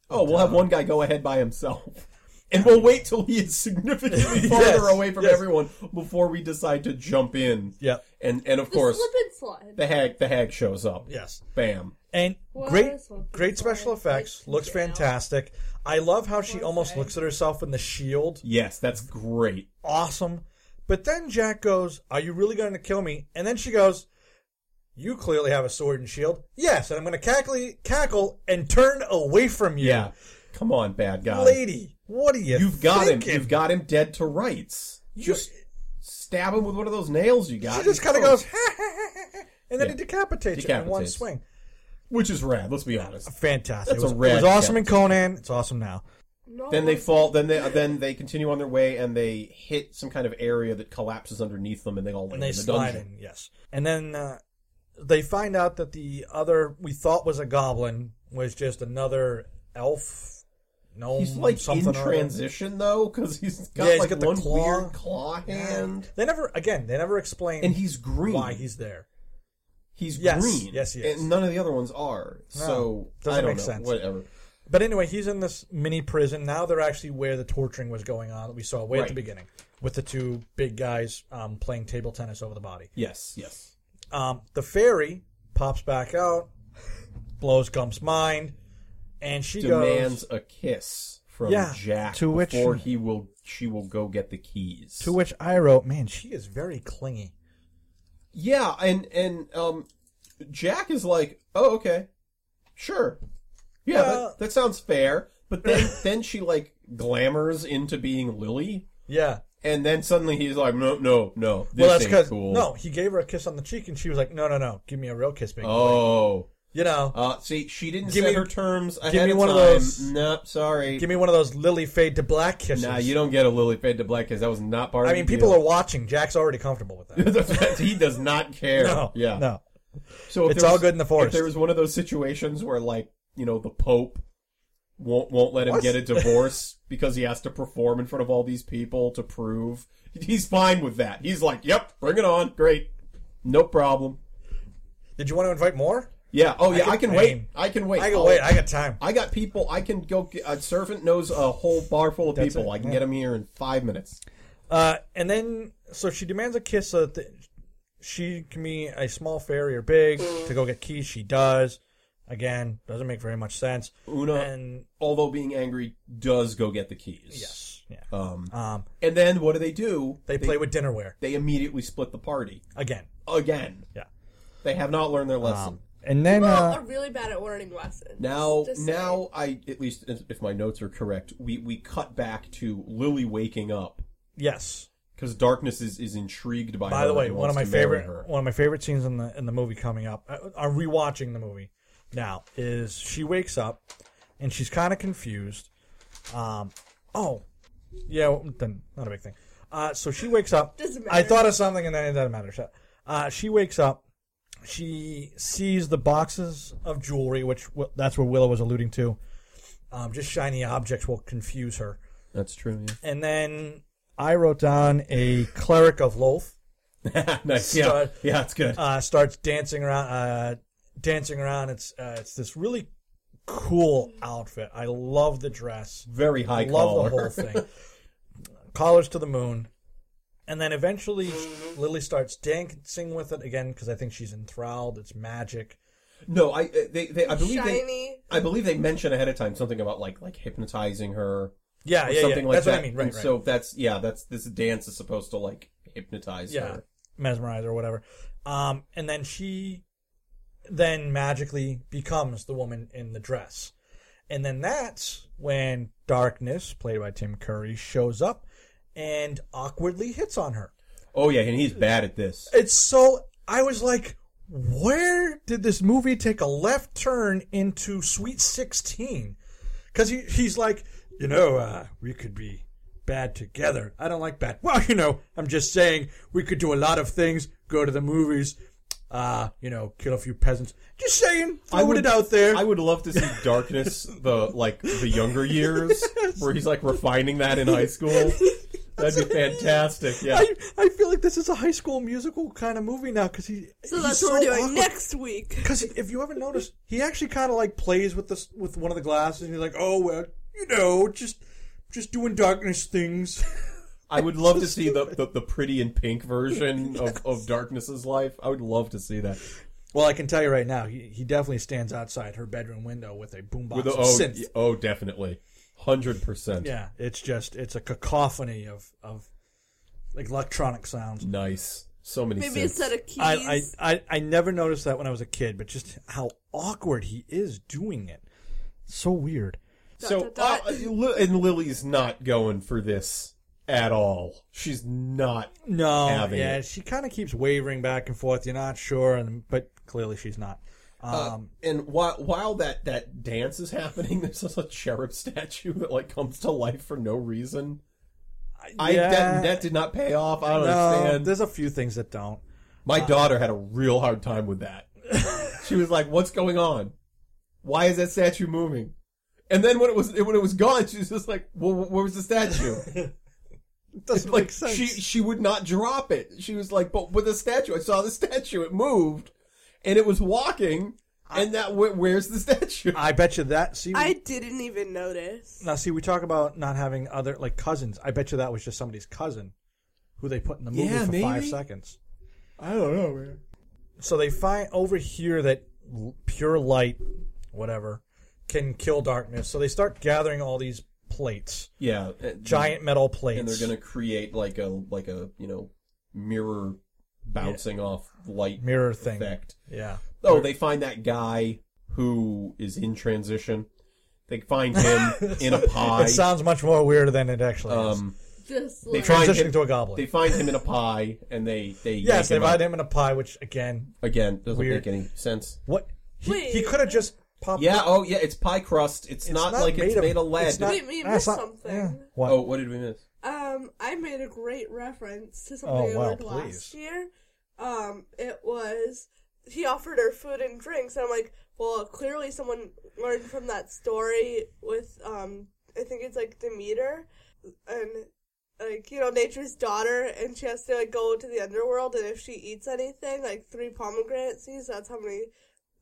F: Oh, we'll have one guy go ahead by himself. And we'll wait till he is significantly farther
E: Yes,
F: away from
E: yes.
F: everyone before we decide to jump in.
E: yeah.
F: And and of
G: The
F: course
G: slip and slide.
F: the hag the hag shows up.
E: Yes.
F: Bam.
E: And
G: Well,
E: great,
G: this one-
E: great special effects. Looks
G: Yeah.
E: fantastic. I love how she almost looks at herself in the shield.
F: Yes, that's great.
E: Awesome. But then Jack goes, Are you really going to kill me? And then she goes, You clearly have a sword and shield. Yes, and I'm going to cackle, cackle and turn away from you.
F: Yeah. Come on, bad guy.
E: Lady, what are you
F: You've got
E: thinking?
F: him. You've got him dead to rights.
E: You-
F: Just stab him with one of those nails you got.
E: She just
F: and
E: kind of
F: go.
E: goes, and then he decapitates you in one
F: Decapitates.
E: swing.
F: which is rad. Let's be honest.
E: Fantastic. it
F: That's
E: was,
F: a
E: it
F: rad
E: was awesome in
F: decapitation.
E: Conan. It's awesome now.
G: No.
F: Then they fall. Then they then they continue on their way and they hit some kind of area that collapses underneath them and they all land
E: And they
F: in the
E: slide
F: dungeon.
E: in, yes. And then uh, they find out that the other we thought was a goblin was just another elf. No,
F: He's like
E: something
F: in
E: or other.
F: transition though, because he's got
E: Yeah, he's
F: like
E: got the
F: one
E: claw.
F: weird claw hand,
E: They never again. They never explain
F: and he's green.
E: why he's there.
F: he's
E: Yes,
F: green.
E: yes, he is.
F: And none of the other ones are. So
E: doesn't
F: I don't
E: make
F: know.
E: sense.
F: Whatever.
E: But anyway, he's in this mini prison. Now they're actually where the torturing was going on that we saw way at the
F: Right.
E: beginning with the two big guys um, playing table tennis over the body.
F: Yes, yes.
E: Um, the fairy pops back out, blows Gump's mind, and she
F: Demands
E: goes.
F: a kiss from
E: Yeah,
F: Jack
E: to which-
F: before he will she will go get the keys.
E: To which I wrote, "Man, she is very clingy."
F: Yeah, and and um, Jack is like, "Oh, okay, sure, yeah,
E: Well-
F: that, that sounds fair." But then then she like glamours into being Lily,
E: Yeah.
F: and then suddenly he's like, "No, no, no, this
E: Well, that's
F: ain't
E: because
F: cool."
E: no, he gave her a kiss on the cheek, and she was like, "No, no, no, give me a real kiss, big boy."
F: Oh,
E: You know,
F: uh, see, she didn't
E: Give
F: set
E: me-
F: her terms ahead
E: me
F: of
E: one of
F: time.
E: those-
F: Nope, sorry.
E: give me one of those lily fade to black kisses.
F: nah, you don't get a Lily fade to black because that was not part.
E: I
F: of
E: mean,
F: the
E: people are
F: deal.
E: watching. Jack's already comfortable with that.
F: he does not care.
E: No,
F: yeah,
E: no.
F: So if
E: It's
F: there
E: all
F: was-
E: good in the forest.
F: If there was one of those situations where, like, you know, the Pope won't won't let him
E: What?
F: get a divorce because he has to perform in front of all these people to prove he's fine with that. He's like, "Yep, bring it on, great, no problem."
E: Did you want to invite more?
F: Yeah. Oh yeah, I
E: can-
F: can,
E: I
F: wait.
E: mean,
F: I can wait. Oh,
E: I can
F: I'll-
E: wait. I got time.
F: I got people. I can go. Get, a servant knows a whole bar full of
E: That's
F: people.
E: it,
F: I can
E: yeah.
F: get them here in five minutes.
E: Uh, and then, so she demands a kiss so that the- she can be a small fairy or big to go get keys. She does. Again, doesn't make very much sense.
F: Una,
E: And
F: although being angry, does go get the keys.
E: yes, yeah.
F: Um.
E: Um,
F: And then what do they do?
E: they, play with dinnerware
F: They immediately split the party.
E: again.
F: again.
E: Yeah.
F: They have not learned their lesson.
E: Um, and then,
G: People
E: uh,
G: are really bad at learning lessons.
F: now,
G: Just saying.
F: now I at least if if my notes are correct, we we cut back to Lily waking up
E: yes.
F: because darkness is is intrigued by.
E: By
F: her
E: the way,
F: and
E: one of my
F: wants to marry
E: favorite
F: Her.
E: one of my favorite scenes in the in the movie coming up. uh, I'm rewatching the movie now. Is she wakes up and she's kind of confused. Um, oh, yeah, well, then not a big thing. Uh, so she wakes up.
G: Doesn't
E: I
G: matter.
E: thought of something and then it doesn't matter. So, uh, she wakes up. She sees the boxes of jewelry, which w- that's where Willow was alluding to. Um, just shiny objects will confuse her.
F: That's true.
E: And then I wrote down a cleric of Loth.
F: Yeah. nice. Yeah.
E: Stud.
F: yeah, it's good.
E: uh, starts dancing around. Uh, dancing around. It's uh, it's this really cool outfit. I love the dress.
F: Very high
E: love
F: collar.
E: the whole thing. Collars to the moon, and then eventually Lily starts dancing with it again because I think she's enthralled. It's magic.
F: no, I uh, they, they I believe they
G: shiny.
F: I believe they mention ahead of time something about like like hypnotizing her
E: Yeah,
F: or
E: yeah,
F: something
E: yeah.
F: like
E: That's
F: that.
E: what I mean. Right,
F: And
E: right.
F: So that's yeah, that's this dance is supposed to like hypnotize
E: yeah,
F: her.
E: mesmerize or whatever. Um, and then she then magically becomes the woman in the dress. And then that's when Darkness, played by Tim Curry, shows up and awkwardly hits on her.
F: Oh yeah, and he's bad at this.
E: It's so I was like, where did this movie take a left turn into Sweet Sixteen? Because he he's like, you know, uh, we could be bad together. I don't like bad. Well, you know, I'm just saying we could do a lot of things. Go to the movies. Uh, you know, kill a few peasants. Just saying, throwing it out there.
F: I would love to see Darkness the like the younger years where he's like refining that in high school. That'd be fantastic. Yeah.
E: I, I feel like this is a high school musical kind of movie now because he.
G: So
E: he's
G: that's what we're doing
E: awkward.
G: next week.
E: Because if you haven't noticed, he actually kind of like plays with this with one of the glasses, and he's like, "Oh well, you know, just just doing darkness things."
F: I would love to see the, the, the pretty and pink version of, of Darkness's life. I would love to see that.
E: Well, I can tell you right now, he, he definitely stands outside her bedroom window with a boombox
F: With the,
E: of
F: oh,
E: synth.
F: y- oh, definitely. 100%.
E: Yeah, it's just it's a cacophony of of like electronic sounds.
F: Nice. So many.
G: Maybe
F: synths.
G: instead of keys.
E: I, I, I, I never noticed that when I was a kid, but just how awkward he is doing it. So weird.
F: So
G: Dot, dot,
F: uh,
G: dot.
F: Li- and Lily's not going for this at all. She's not.
E: No,
F: having
E: yeah,
F: it.
E: she kind of keeps wavering back and forth. You're not sure, and but clearly she's not. Um,
F: And while while that that dance is happening, there's just a cherub statue that like comes to life for no reason. I
E: yeah.
F: that, that did not pay off. I don't
E: no,
F: understand.
E: there's a few things that don't.
F: My daughter had a real hard time with that. she was like, "What's going on? Why is that statue moving?" And then when it was when it was gone, she was just like, "Well, where was the statue?"
E: It doesn't
F: like
E: make sense.
F: she she would not drop it. She was like, "But with the statue, I saw the statue. It moved, and it was walking, and that where, where's the statue?"
E: I bet you that. See,
G: I didn't even notice.
E: now see, we talk about not having other like cousins. I bet you that was just somebody's cousin who they put in the movie
F: Yeah,
E: for five
F: maybe.
E: seconds.
F: I don't know, man.
E: So they find over here that l- pure light, whatever, can kill darkness. So they start gathering all these plates,
F: Yeah, uh,
E: giant metal plates,
F: and they're gonna create like a like a you know mirror bouncing off light
E: mirror thing.
F: effect.
E: Yeah.
F: Oh, they find that guy who is in transition. They find him in a pie.
E: It sounds much more weird than it actually is.
F: um,
G: Just
F: they
G: like,
F: find
E: Transitioning
F: him,
E: to a goblin.
F: They find him in a pie, and they they
E: Yes, they
F: yank him out.
E: find him in a pie, which again,
F: again. Doesn't
E: Weird.
F: make any sense.
E: what he,
G: Wait.
E: he could have just popped.
F: Yeah. Oh, yeah. It's pie crust. It's, not, like it's made of lead.
E: it's not-
G: Wait, we
E: ah, it's
G: missed
E: not-
G: something.
E: yeah. What?
F: Oh, what did we miss?
G: um, I made a great reference to
E: Oh,
G: something I
E: wow,
G: learned last
E: please.
G: year. Um, it was he offered her food and drinks, and I'm like, well, clearly someone learned from that story with um, I think it's like Demeter, and like you know nature's daughter, and she has to like go to the underworld, and if she eats anything, like three pomegranate seeds, that's how many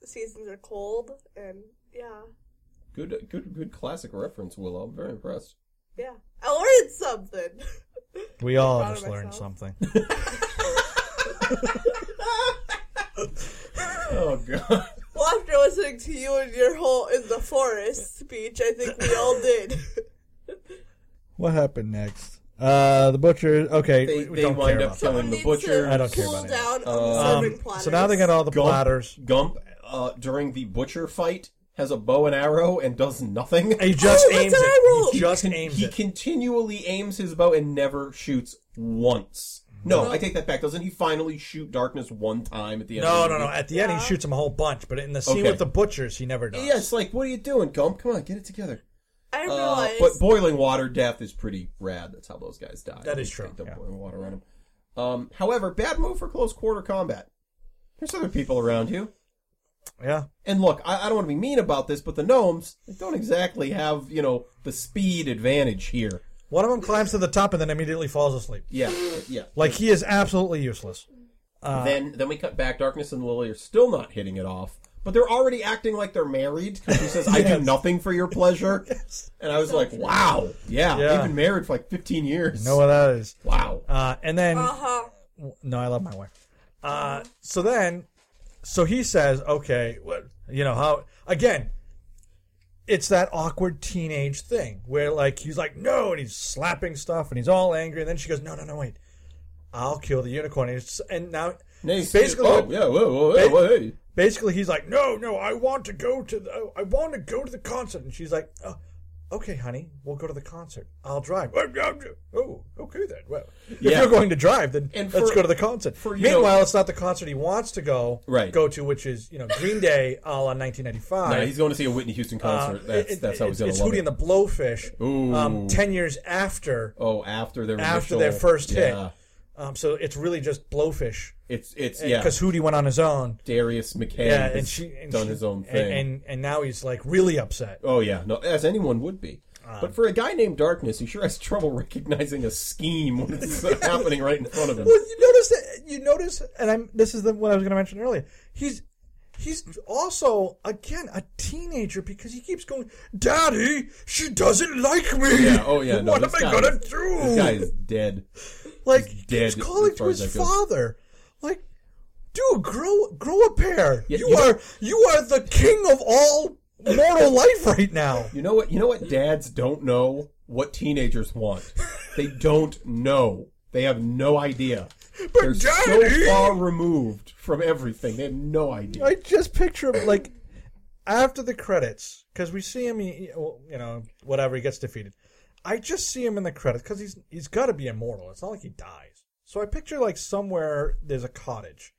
G: seasons are cold, and yeah.
F: Good, good, good classic reference, Willow. I'm very impressed.
G: Yeah. I learned something.
E: We all
G: Proud of
E: just learned
G: myself.
E: something.
F: Oh God.
G: Well, after listening to you and your whole in the forest speech, I think we all did.
E: what happened next? Uh, the butcher. Okay,
F: They,
E: we, we
F: they
E: don't
F: wind
E: care
F: up
E: about that.
F: killing the
G: Needs
F: butcher.
G: to
E: I don't care
G: cool
E: about it.
G: down on the
E: Um,
G: serving platters.
E: so now they got all the platters.
F: Gump uh, during the butcher fight has a bow and arrow and does nothing.
E: He just
G: Oh, what's
E: aims
G: an eye
E: it.
G: roll?
E: He just aims
F: he
E: it.
F: continually aims his bow and never shoots once. No, I take that back. Doesn't he finally shoot darkness one time at the end?
E: No,
F: of the
E: no,
F: movie?
E: no. At the end, he shoots him a whole bunch, but in the scene
F: Okay.
E: with the butchers, he never does.
F: Yeah, it's like, what are you doing, Gump? Come on, get it together. Uh,
G: I realized.
F: but boiling water death is pretty rad. That's how those guys die.
E: That
F: They
E: is true,
F: take the
E: yeah.
F: boiling water on 'em. Um, however, bad move for close quarter combat. There's other people around you.
E: Yeah.
F: And look, I, I don't want to be mean about this, but the gnomes they don't exactly have you know the speed advantage here.
E: One of them climbs to the top and then immediately falls asleep.
F: Yeah, yeah.
E: Like he is absolutely useless. Uh,
F: then then we cut back. Darkness and Lily are still not hitting it off, but they're already acting like they're married. 'cause She says, "I do nothing for your pleasure," and I was like, "Wow, yeah,
E: Yeah.
F: they've been married for like 15 years.
E: Know what that is?
F: wow."
E: Uh, and then
G: uh huh.
E: no, I love my wife. Uh, so then, so he says, okay, what you know how again? It's that awkward teenage thing where like he's like no, and he's slapping stuff, and he's all angry, and then she goes, no, no, no, wait, I'll kill the unicorn, and, it's, and now
F: Nice.
E: basically
F: oh
E: what-
F: yeah, whoa, whoa, hey, whoa, hey.
E: basically he's like no, no, I want to go to the, I want to go to the concert, and she's like. Oh, Okay, honey, we'll go to the concert. I'll drive. Oh, okay then. Well, if
F: Yeah.
E: you're going to drive, then
F: And
E: let's
F: for-
E: go to the concert.
F: for, you
E: Meanwhile,
F: know-
E: it's not the concert he wants to go
F: Right.
E: go to, which is you know Green Day, a la 1995.
F: Nah, he's going to see a Whitney Houston
E: Uh,
F: concert. that's
E: it-
F: that's how
E: it's-
F: he's going
E: It's
F: to love
E: Hootie
F: it.
E: and the Blowfish. Um,
F: Ooh.
E: ten years after,
F: oh, after their
E: after
F: initial-
E: their first hit.
F: yeah.
E: um, so it's really just Blowfish
F: It's it's yeah.
E: because Hootie went on his own.
F: Darius McKay
E: Yeah,
F: has
E: and she and
F: done
E: she-
F: his own
E: and-
F: thing.
E: and, and now he's like really upset.
F: oh yeah, no, as anyone would be.
E: Um,
F: but for a guy named Darkness, he sure has trouble recognizing a scheme when it's uh, happening right in front of him.
E: Well, you notice that you notice, and I'm this is the what I was going to mention earlier. He's he's also again a teenager because he keeps going, "Daddy, she doesn't like me.
F: Yeah, oh yeah, no,
E: what am
F: this
E: I
F: guy
E: gonna
F: is-
E: do?"
F: This guy is dead.
E: like
F: is
E: he's
F: dead
E: calling
F: as
E: to
F: far as
E: his
F: that goes.
E: father, like, dude, grow grow a pair.
F: Yeah,
E: you,
F: you
E: are
F: know-
E: you are the king of all mortal life right now.
F: You know what? You know what? Dads don't know what teenagers want. They don't know. They have no idea. They're so far removed from everything. They have no idea.
E: I just picture him like after the credits because we see him. He, you know, whatever he gets defeated. I just see him in the credits because he's he's got to be immortal. It's not like he dies. So I picture like somewhere there's a cottage,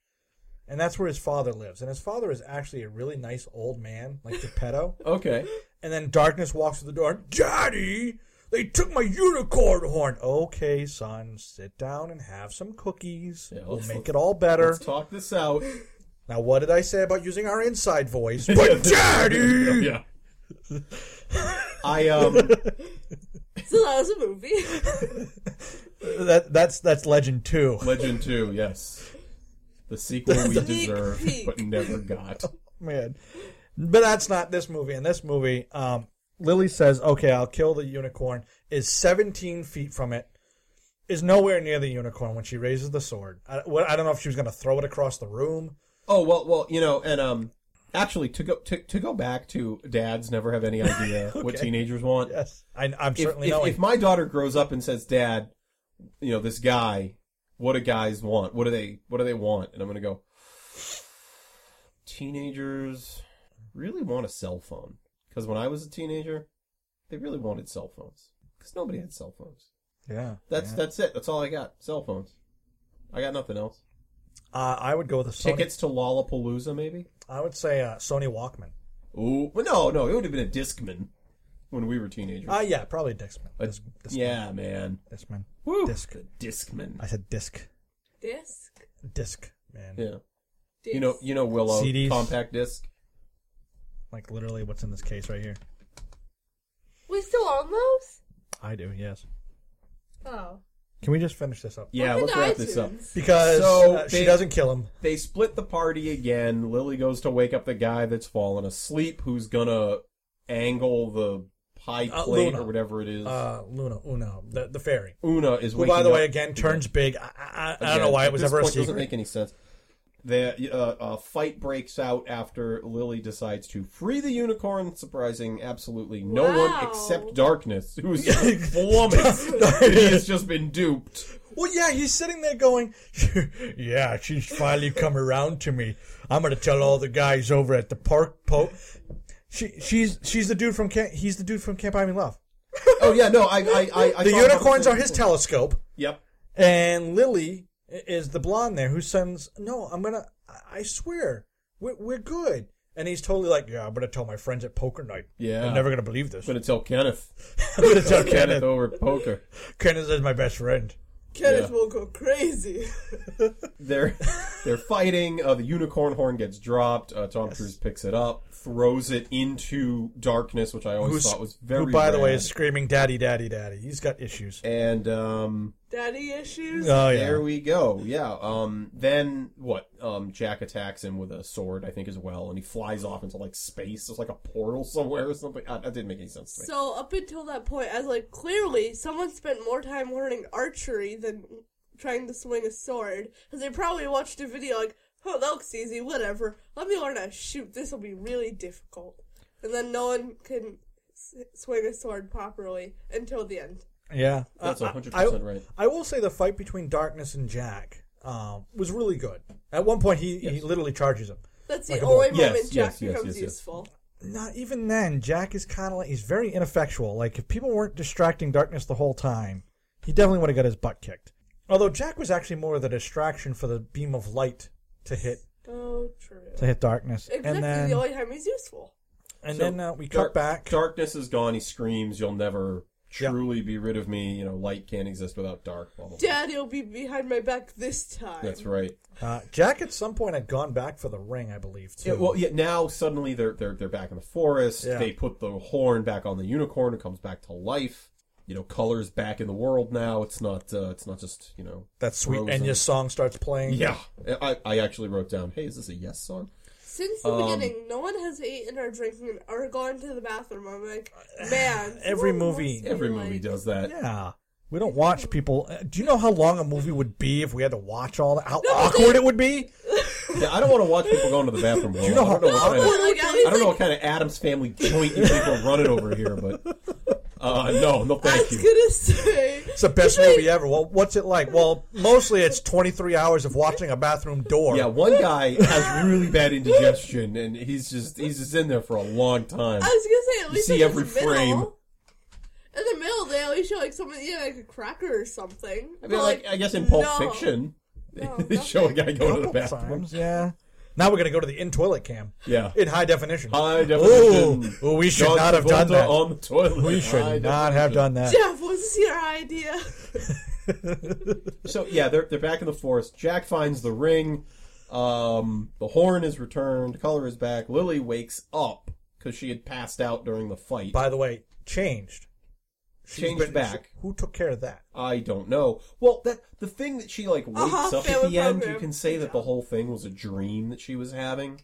E: and that's where his father lives. And his father is actually a really nice old man, like Geppetto.
F: Okay.
E: And then darkness walks to the door. Daddy, they took my unicorn horn. Okay, son, sit down and have some cookies.
F: Yeah,
E: we'll
F: let's-
E: make it all better.
F: Let's talk this out.
E: now, what did I say about using our inside voice? But daddy,
F: Yeah. I um
G: So that was a movie.
E: that that's that's legend two.
F: Legend 2, yes. The sequel we
G: Sneak
F: deserve
G: peek.
F: but never got.
E: man. But that's not this movie. In this movie, um, Lily says, "Okay, I'll kill the unicorn." Is 17 feet from it. Is nowhere near the unicorn when she raises the sword. I, what, I don't know if she was going to throw it across the room.
F: Oh, well, well, you know, and um actually to go to, to go back to dads never have any idea what
E: Okay.
F: teenagers want.
E: Yes, I, I'm
F: if,
E: certainly
F: if-
E: knowing.
F: if my daughter grows up and says, "Dad, you know this guy, what do guys want? What do they what do they want?" and I'm gonna go, teenagers really want a cell phone because when I was a teenager, they really wanted cell phones because nobody had cell phones.
E: yeah,
F: That's
E: yeah.
F: that's it. That's all I got. Cell phones. I got nothing else.
E: Uh, I would go with a Sony.
F: Tickets to Lollapalooza, maybe.
E: I would say uh, Sony Walkman.
F: Ooh, but no, no, it would have been a Discman when we were teenagers.
E: Uh, yeah, probably Discman.
F: A-
E: Disc, Discman.
F: yeah, man.
E: Discman.
F: Woo.
E: Disc.
F: The Discman.
E: I said disc.
G: Disc.
E: Disc, man.
F: Yeah. You know, you know Willow
E: CDs.
F: compact disc.
E: Like literally, what's in this case right here?
G: We still own those?
E: I do. Yes.
G: Oh.
E: Can we just finish this up?
F: Yeah, let's
G: Look at
F: wrap
G: iTunes.
F: this up.
E: Because
F: So,
E: uh, she
F: they-
E: doesn't kill him.
F: They split the party again. Lily goes to wake up the guy that's fallen asleep, who's gonna angle the pie
E: Uh,
F: plate
E: Luna.
F: or whatever it is.
E: uh, Luna, Uno, the, the fairy.
F: Una is
E: Who,
F: waking
E: by the way,
F: up
E: again turns big. I, I, I don't
F: again.
E: know why
F: At
E: it was
F: this
E: ever a
F: point, Doesn't
E: secret.
F: make any sense. The uh, a fight breaks out after Lily decides to free the unicorn, surprising absolutely no one
G: Wow.
F: except Darkness, who's flummoxed. he has just been duped.
E: well, yeah, he's sitting there going, "Yeah, she's finally come around to me. I'm gonna tell all the guys over at the park." Po- she, she's she's the dude from camp. He's the dude from Camp I'm in Love.
F: Oh yeah, no, I, I, I, I
E: The
F: thought about
E: unicorns
F: this.
E: are his telescope,
F: Yep.
E: and Lily i- is the blonde there who sends. No, I'm gonna. I- I swear, we're, we're good. And he's totally like, "Yeah, I'm gonna tell my friends at poker night.
F: Yeah.
E: they're never gonna believe this.
F: I'm gonna tell Kenneth.
E: I'm gonna tell
F: Kenneth
E: Kenneth.
F: over poker.
E: Kenneth is my best friend.
G: Kenneth
F: yeah.
G: will go crazy.
F: They're they're fighting. Uh, the unicorn horn gets dropped. Uh, Tom Cruise picks it up, throws it into darkness, which I always
E: Who's-
F: thought was very.
E: who, by the way,
F: rad.
E: is screaming "Daddy, Daddy, Daddy"? He's got issues.
F: And um,
G: Daddy issues?
E: Oh
F: there
E: yeah,
F: we go. Yeah. Um, then what? Um, Jack attacks him with a sword, I think, as well, and he flies off into like space. There's like a portal somewhere or something. Uh, that didn't make any sense to me.
G: So up until that point, I was like, clearly someone spent more time learning archery than trying to swing a sword, because they probably watched a video like, "Oh, that looks easy. Whatever. Let me learn how to shoot. This will be really difficult." And then no one can s- swing a sword properly until the end.
E: yeah.
F: That's
E: Uh, I-
F: 100% right.
E: I will say the fight between Darkness and Jack um, was really good. At one point, he, he literally charges him.
G: That's
E: Like
G: the
E: a ball.
G: only
F: Yes,
G: moment Jack
F: yes, yes,
G: becomes
F: yes, yes.
G: useful.
E: Not even then. Jack is kind of like he's very ineffectual. Like if people weren't distracting Darkness the whole time, he definitely would have got his butt kicked. Although Jack was actually more of the distraction for the beam of light to hit
G: Oh, true.
E: to hit Darkness,
G: Exactly
E: and then
G: the only time he's useful.
E: and
F: So
E: then uh, we
F: dark-
E: cut back.
F: Darkness is gone. He screams, "You'll never
E: Yeah.
F: truly be rid of me." You know, light can't exist without dark. Blah, blah, blah.
G: Daddy'll be behind my back this time.
F: That's right.
E: Uh, Jack at some point had gone back for the ring, I believe. Too.
F: Yeah, well, yeah. Now suddenly they're they're they're back in the forest.
E: Yeah.
F: They put the horn back on the unicorn. It comes back to life. You know, colors back in the world now. It's not uh, it's not just you know.
E: That sweet
F: Frozen.
E: Enya song starts playing.
F: Yeah, I I actually wrote down. Hey, is this a yes song?
G: Since the
F: Um,
G: beginning, no one has eaten or drinking or gone to the bathroom. I'm like, man.
E: Every
G: someone
E: movie-
G: must be
F: Every movie
G: like-
F: does that.
E: Yeah. We don't watch people. uh, Do you know how long a movie would be if we had to watch all that? How
G: but
E: awkward
G: they-
E: it would be?
F: Yeah, I don't want to watch people going to the bathroom. Will.
E: you know
F: I don't know
E: how-
F: what kind of
G: But like, at
F: I
G: least
F: don't know
G: like,
F: what kind of Adams family joint you people running over here, but Uh, no, no,
G: I
F: thank
G: was
F: you.
G: gonna say.
E: It's the best movie ever. Well, what's it like? Well, mostly it's 23 hours of watching a bathroom door.
F: Yeah, one guy has really bad indigestion, and he's just he's just in there for a long time.
G: I was gonna say at least
F: see
G: in the
F: every
G: middle-
F: frame.
G: In the middle, they always show like someone eating like a cracker or something.
F: I
G: But,
F: mean, like I guess in Pulp
G: no.
F: Fiction, they-
G: No,
F: they show a guy going to the
E: Couple
F: bathroom.
E: times, yeah. Now we're gonna go to the in toilet cam
F: Yeah.
E: in high definition.
F: High
E: Ooh,
F: definition.
E: ooh, we should
F: John
E: not have done
F: Travolta
E: that.
F: On the toilet.
E: we should
F: High
E: not have done that.
G: Jeff, was this your idea?
F: So yeah, they're they're back in the forest. Jack finds the ring. Um, the horn is returned. Color is back. Lily wakes up because she had passed out during the fight.
E: By the way, changed. She's
F: Changed back.
E: Who took care of that?
F: I don't know. Well, that the thing that she like wakes
G: Uh-huh,
F: up at
G: family
F: the end, you
G: program.
F: can say that the whole thing was a dream that she was having.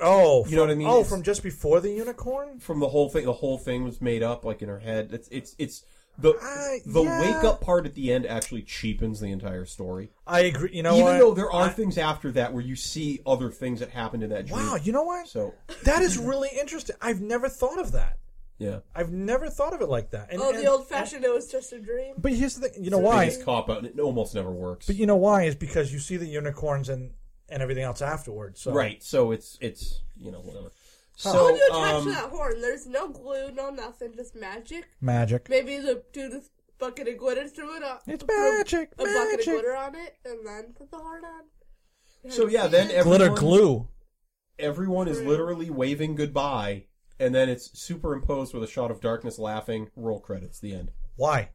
E: Oh,
F: You know
E: from-
F: what I mean?
E: Oh,
F: It's-
E: from just before the unicorn.
F: From the whole thing, the whole thing was made up like in her head. It's it's it's the
E: Uh,
F: the
E: yeah.
F: wake up part at the end actually cheapens the entire story.
E: I agree. You know
F: Even
E: what?
F: though there are things after that where you see other things that happened in that dream.
E: wow, you know what?
F: So
E: That is really interesting. I've never thought of that.
F: yeah.
E: I've never thought of it like that. And,
G: oh,
E: and-
G: the old fashioned, it was just a dream.
E: But here's the thing. You know why?
F: biggest cop out, and it almost never works.
E: But you know why is because you see the unicorns and and everything else afterwards. So
F: right, so it's it's you know whatever. So
G: How would you attach
F: um,
G: to that horn? There's no glue, no nothing, just magic.
E: magic.
G: Maybe the dude with bucket of glitter threw it on.
E: It's
G: threw
E: magic,
G: A bucket of
E: magic.
G: glitter on it, and then put the horn on.
F: so yeah, then everyone,
E: Glitter glue.
F: Everyone is literally waving goodbye, and then it's superimposed with a shot of darkness laughing. Roll credits. The end.
E: Why?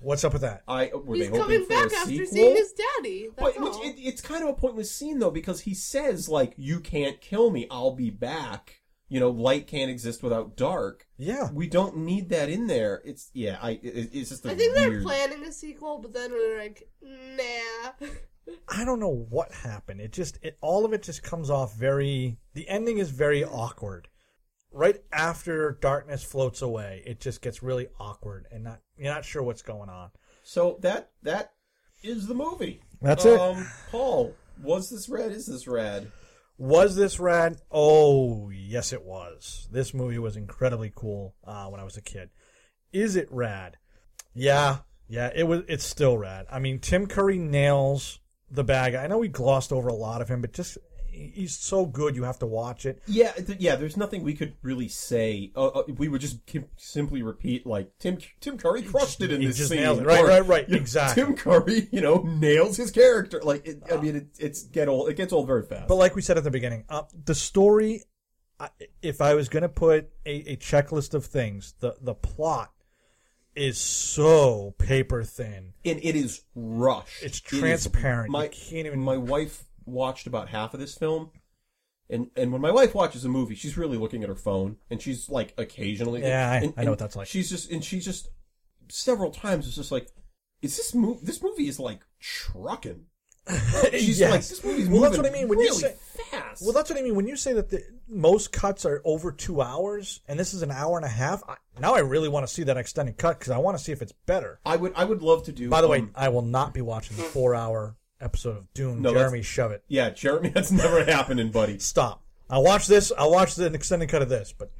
E: What's up with that?
F: I were
G: He's
F: they hoping
G: coming
F: for a
G: back
F: sequel?
G: after seeing his daddy. That's
F: But which
G: all.
F: it, it's kind of a pointless scene though because he says like you can't kill me I'll be back you know light can't exist without dark
E: Yeah.
F: we don't need that in there it's yeah I it, it's just a
G: I think they're
F: weird-
G: planning a sequel, but then they're like, nah.
E: I don't know what happened. It just it all of it just comes off very the ending is very awkward. Right after darkness floats away, it just gets really awkward and not you're not sure what's going on.
F: So that that is the movie.
E: That's it.
F: um, Paul, was this rad? Is this rad?
E: Was this rad? Oh, yes, it was. This movie was incredibly cool uh, when I was a kid. Is it rad? Yeah, yeah. It was. It's still rad. I mean, Tim Curry nails the bag. I know we glossed over a lot of him, but just he- he's so good. You have to watch it.
F: Yeah, th- yeah. There's nothing we could really say. Uh, uh, we would just ki- simply repeat like Tim Tim Curry crushed it in
E: He
F: this
E: just
F: scene.
E: nailed it. Right,
F: Or,
E: right, right.
F: you know,
E: Exactly.
F: Tim Curry, you know, nails his character. Like it, I mean, it, it's get old. It gets old very fast.
E: But like we said at the beginning, uh, the story. I, if I was going to put a, a checklist of things, the the plot is so paper thin.
F: and it is rushed.
E: It's
F: It is-
E: transparent. You
F: my
E: can't even-
F: My wife watched about half of this film, and and when my wife watches a movie, she's really looking at her phone, and she's like occasionally.
E: Yeah, I-
F: and-
E: I know what
F: and
E: that's like.
F: She's just and she's just several times was just like, is this movie? This movie is like trucking. She's
E: Yes.
F: like, this movie's
E: Well, that's
F: moving
E: what I mean when you
F: really
E: say-
F: fast.
E: Well, that's what I mean. When you say that the, most cuts are over two hours, and this is an hour and a half, I, now I really want to see that extended cut because I want to see if it's better.
F: I would I would love to do.
E: By the way,
F: um,
E: I will not be watching the four-hour episode of Dune.
F: No, that's-
E: Jeremy, shove it.
F: yeah, Jeremy, that's never happening, buddy.
E: Stop. I'll watch this. I'll watch the extended cut of this. But,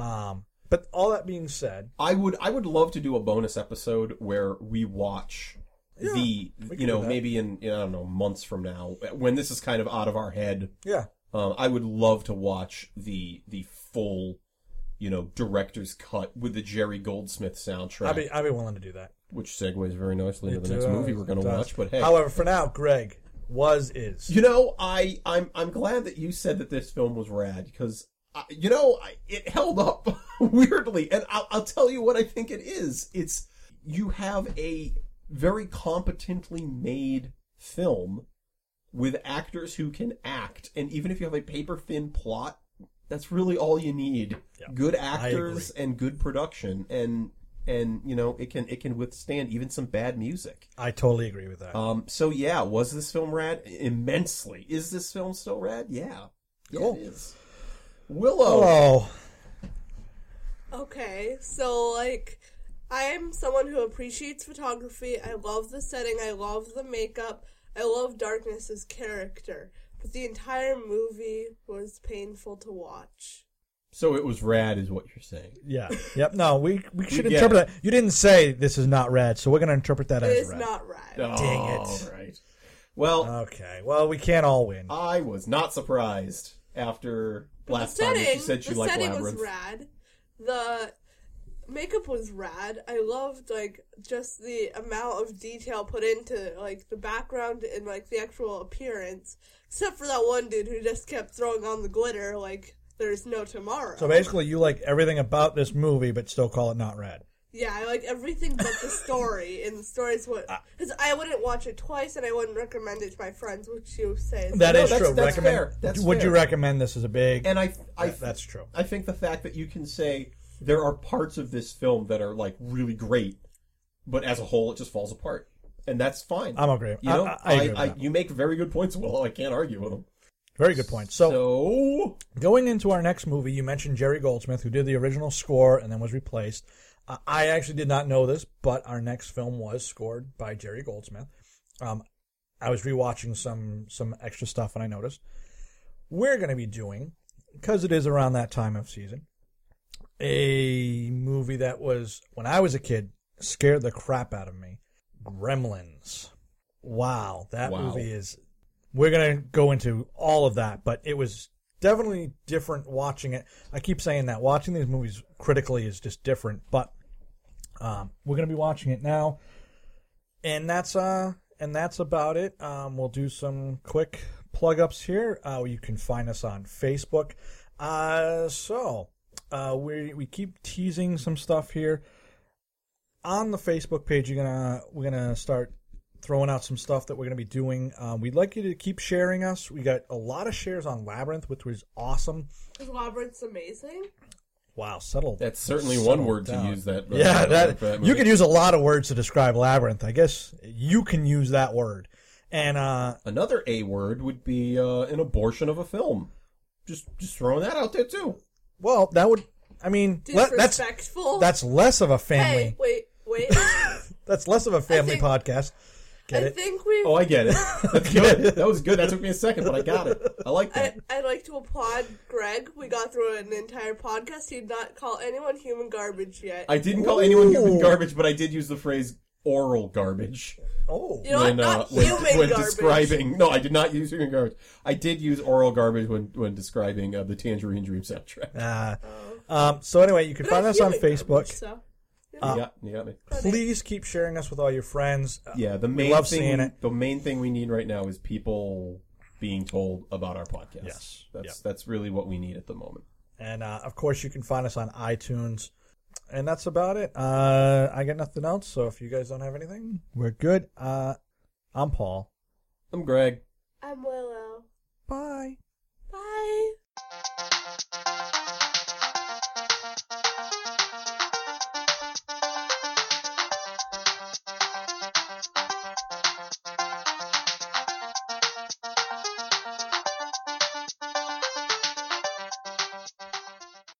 E: um, but all that being said,
F: I would I would love to do a bonus episode where we watch the
E: we
F: you
E: can
F: know
E: do that.
F: maybe in, in I don't know months from now when this is kind of out of our head.
E: yeah,
F: Um, I would love to watch the the full you know director's cut with the Jerry Goldsmith soundtrack,
E: I'd be I'd be willing to do that.
F: which segues very nicely into the
E: It
F: next
E: does,
F: movie we're going
E: it
F: to
E: does.
F: watch. But hey,
E: however, for now, Greg was is.
F: you know I I'm I'm glad that you said that this film was rad because. I, you know, I, it held up weirdly, and I'll, I'll tell you what I think it is. It's you have a very competently made film with actors who can act and even if you have a paper thin plot that's really all you need good actors and good production and and you know it can it can withstand even some bad music
E: I totally agree with that.
F: um so yeah was this film rad immensely is this film still rad yeah yeah
E: Cool.
F: it is willow
E: oh,
G: Okay, so like, I am someone who appreciates photography. I love the setting. I love the makeup. I love Darkness's character. But the entire movie was painful to watch.
F: So it was rad, is what you're saying.
E: Yeah. Yep. No, we, we should
F: get
E: interpret that. You didn't say this is not rad, so we're going to interpret that
G: It
E: as
G: is
E: rad.
G: not rad.
E: Dang it. Um,
F: All right. Well,
E: Okay. Well, we can't all win.
F: I was not surprised after
G: The
F: last time that
G: setting,
F: you said you
G: the
F: liked
G: setting
F: Labyrinth.
G: was rad. The makeup was rad. I loved like just the amount of detail put into like the background and like the actual appearance. Except for that one dude who just kept throwing on the glitter like there's no tomorrow.
E: So basically, you like everything about this movie, but still call it not rad.
G: yeah, I like everything but the story, and the story's what
E: Ah.
G: because I wouldn't watch it twice, and I wouldn't recommend it to my friends, which you say is
E: That
F: No,
E: is
F: that's-
E: true.
F: that's
E: recommend,
F: fair. That's
E: would you
F: fair.
E: recommend this as a big?
F: And I, I,
E: that's true.
F: I think the fact that you can say there are parts of this film that are like really great, but as a whole, it just falls apart, and that's fine.
E: I'm agreeing.
F: You
E: I-
F: know,
E: I- I agree with that.
F: you make very good points, Will. I can't argue with them.
E: Very good point. So,
F: So,
E: going into our next movie, you mentioned Jerry Goldsmith, who did the original score and then was replaced. Uh, I actually did not know this, but our next film was scored by Jerry Goldsmith. Um, I was rewatching some some extra stuff and I noticed we're going to be doing because it is around that time of season a movie that was when I was a kid scared the crap out of me. Gremlins. Wow, that
F: Wow.
E: movie is. We're gonna go into all of that, but it was definitely different watching it. I keep saying that watching these movies critically is just different, but um, we're gonna be watching it now, and that's uh, and that's about it. Um, we'll do some quick plug ups here. Uh, you can find us on Facebook. Uh, so uh, we we keep teasing some stuff here on the Facebook page. You're gonna we're gonna start throwing out some stuff that we're gonna be doing. Um, we'd like you to keep sharing us. We got a lot of shares on Labyrinth, which was awesome.
G: Is Labyrinth's amazing.
E: Wow, settle.
F: that's certainly
E: settle
F: one word
E: down.
F: to use. That
E: Yeah,
F: uh,
E: that,
F: for
E: you
F: movie.
E: could use a lot of words to describe labyrinth. I guess you can use that word. And uh,
F: Another A word would be uh, an abortion of a film. Just just throwing that out there too.
E: well, that would I mean le- that's
G: Disrespectful.
E: that's less of a family.
G: hey, wait, wait.
E: That's less of a family
G: think-
E: podcast. Get
G: I
E: it?
G: think we.
F: Oh, I get it. That's good. That was good. That took me a second, but I got it. I like
G: I,
F: that.
G: I'd like to applaud Greg. We got through an entire podcast. He did not call anyone human garbage yet.
F: I didn't call anyone human
E: Ooh.
F: garbage, but I did use the phrase oral garbage
E: oh,
G: you know what? Not
F: when,
G: human
F: when
G: garbage.
F: describing. No, I did not use human garbage. I did use oral garbage when when describing uh, the Tangerine Dream soundtrack.
E: Uh, um, so anyway, you can
G: But
E: find
G: not
E: us on
G: human garbage,
E: Facebook.
G: so.
F: you, got, you got me.
E: Please keep sharing us with all your friends. Uh,
F: Yeah, the
E: we
F: main
E: love
F: thing
E: seeing it.
F: the main thing we need right now is people being told about our podcast.
E: Yes.
F: That's
E: Yep.
F: that's really what we need at the moment.
E: And uh, of course, you can find us on iTunes. And that's about it. Uh, I got nothing else. So if you guys don't have anything, we're good. Uh, I'm Paul.
F: I'm Greg.
G: I'm Willow.
E: Bye.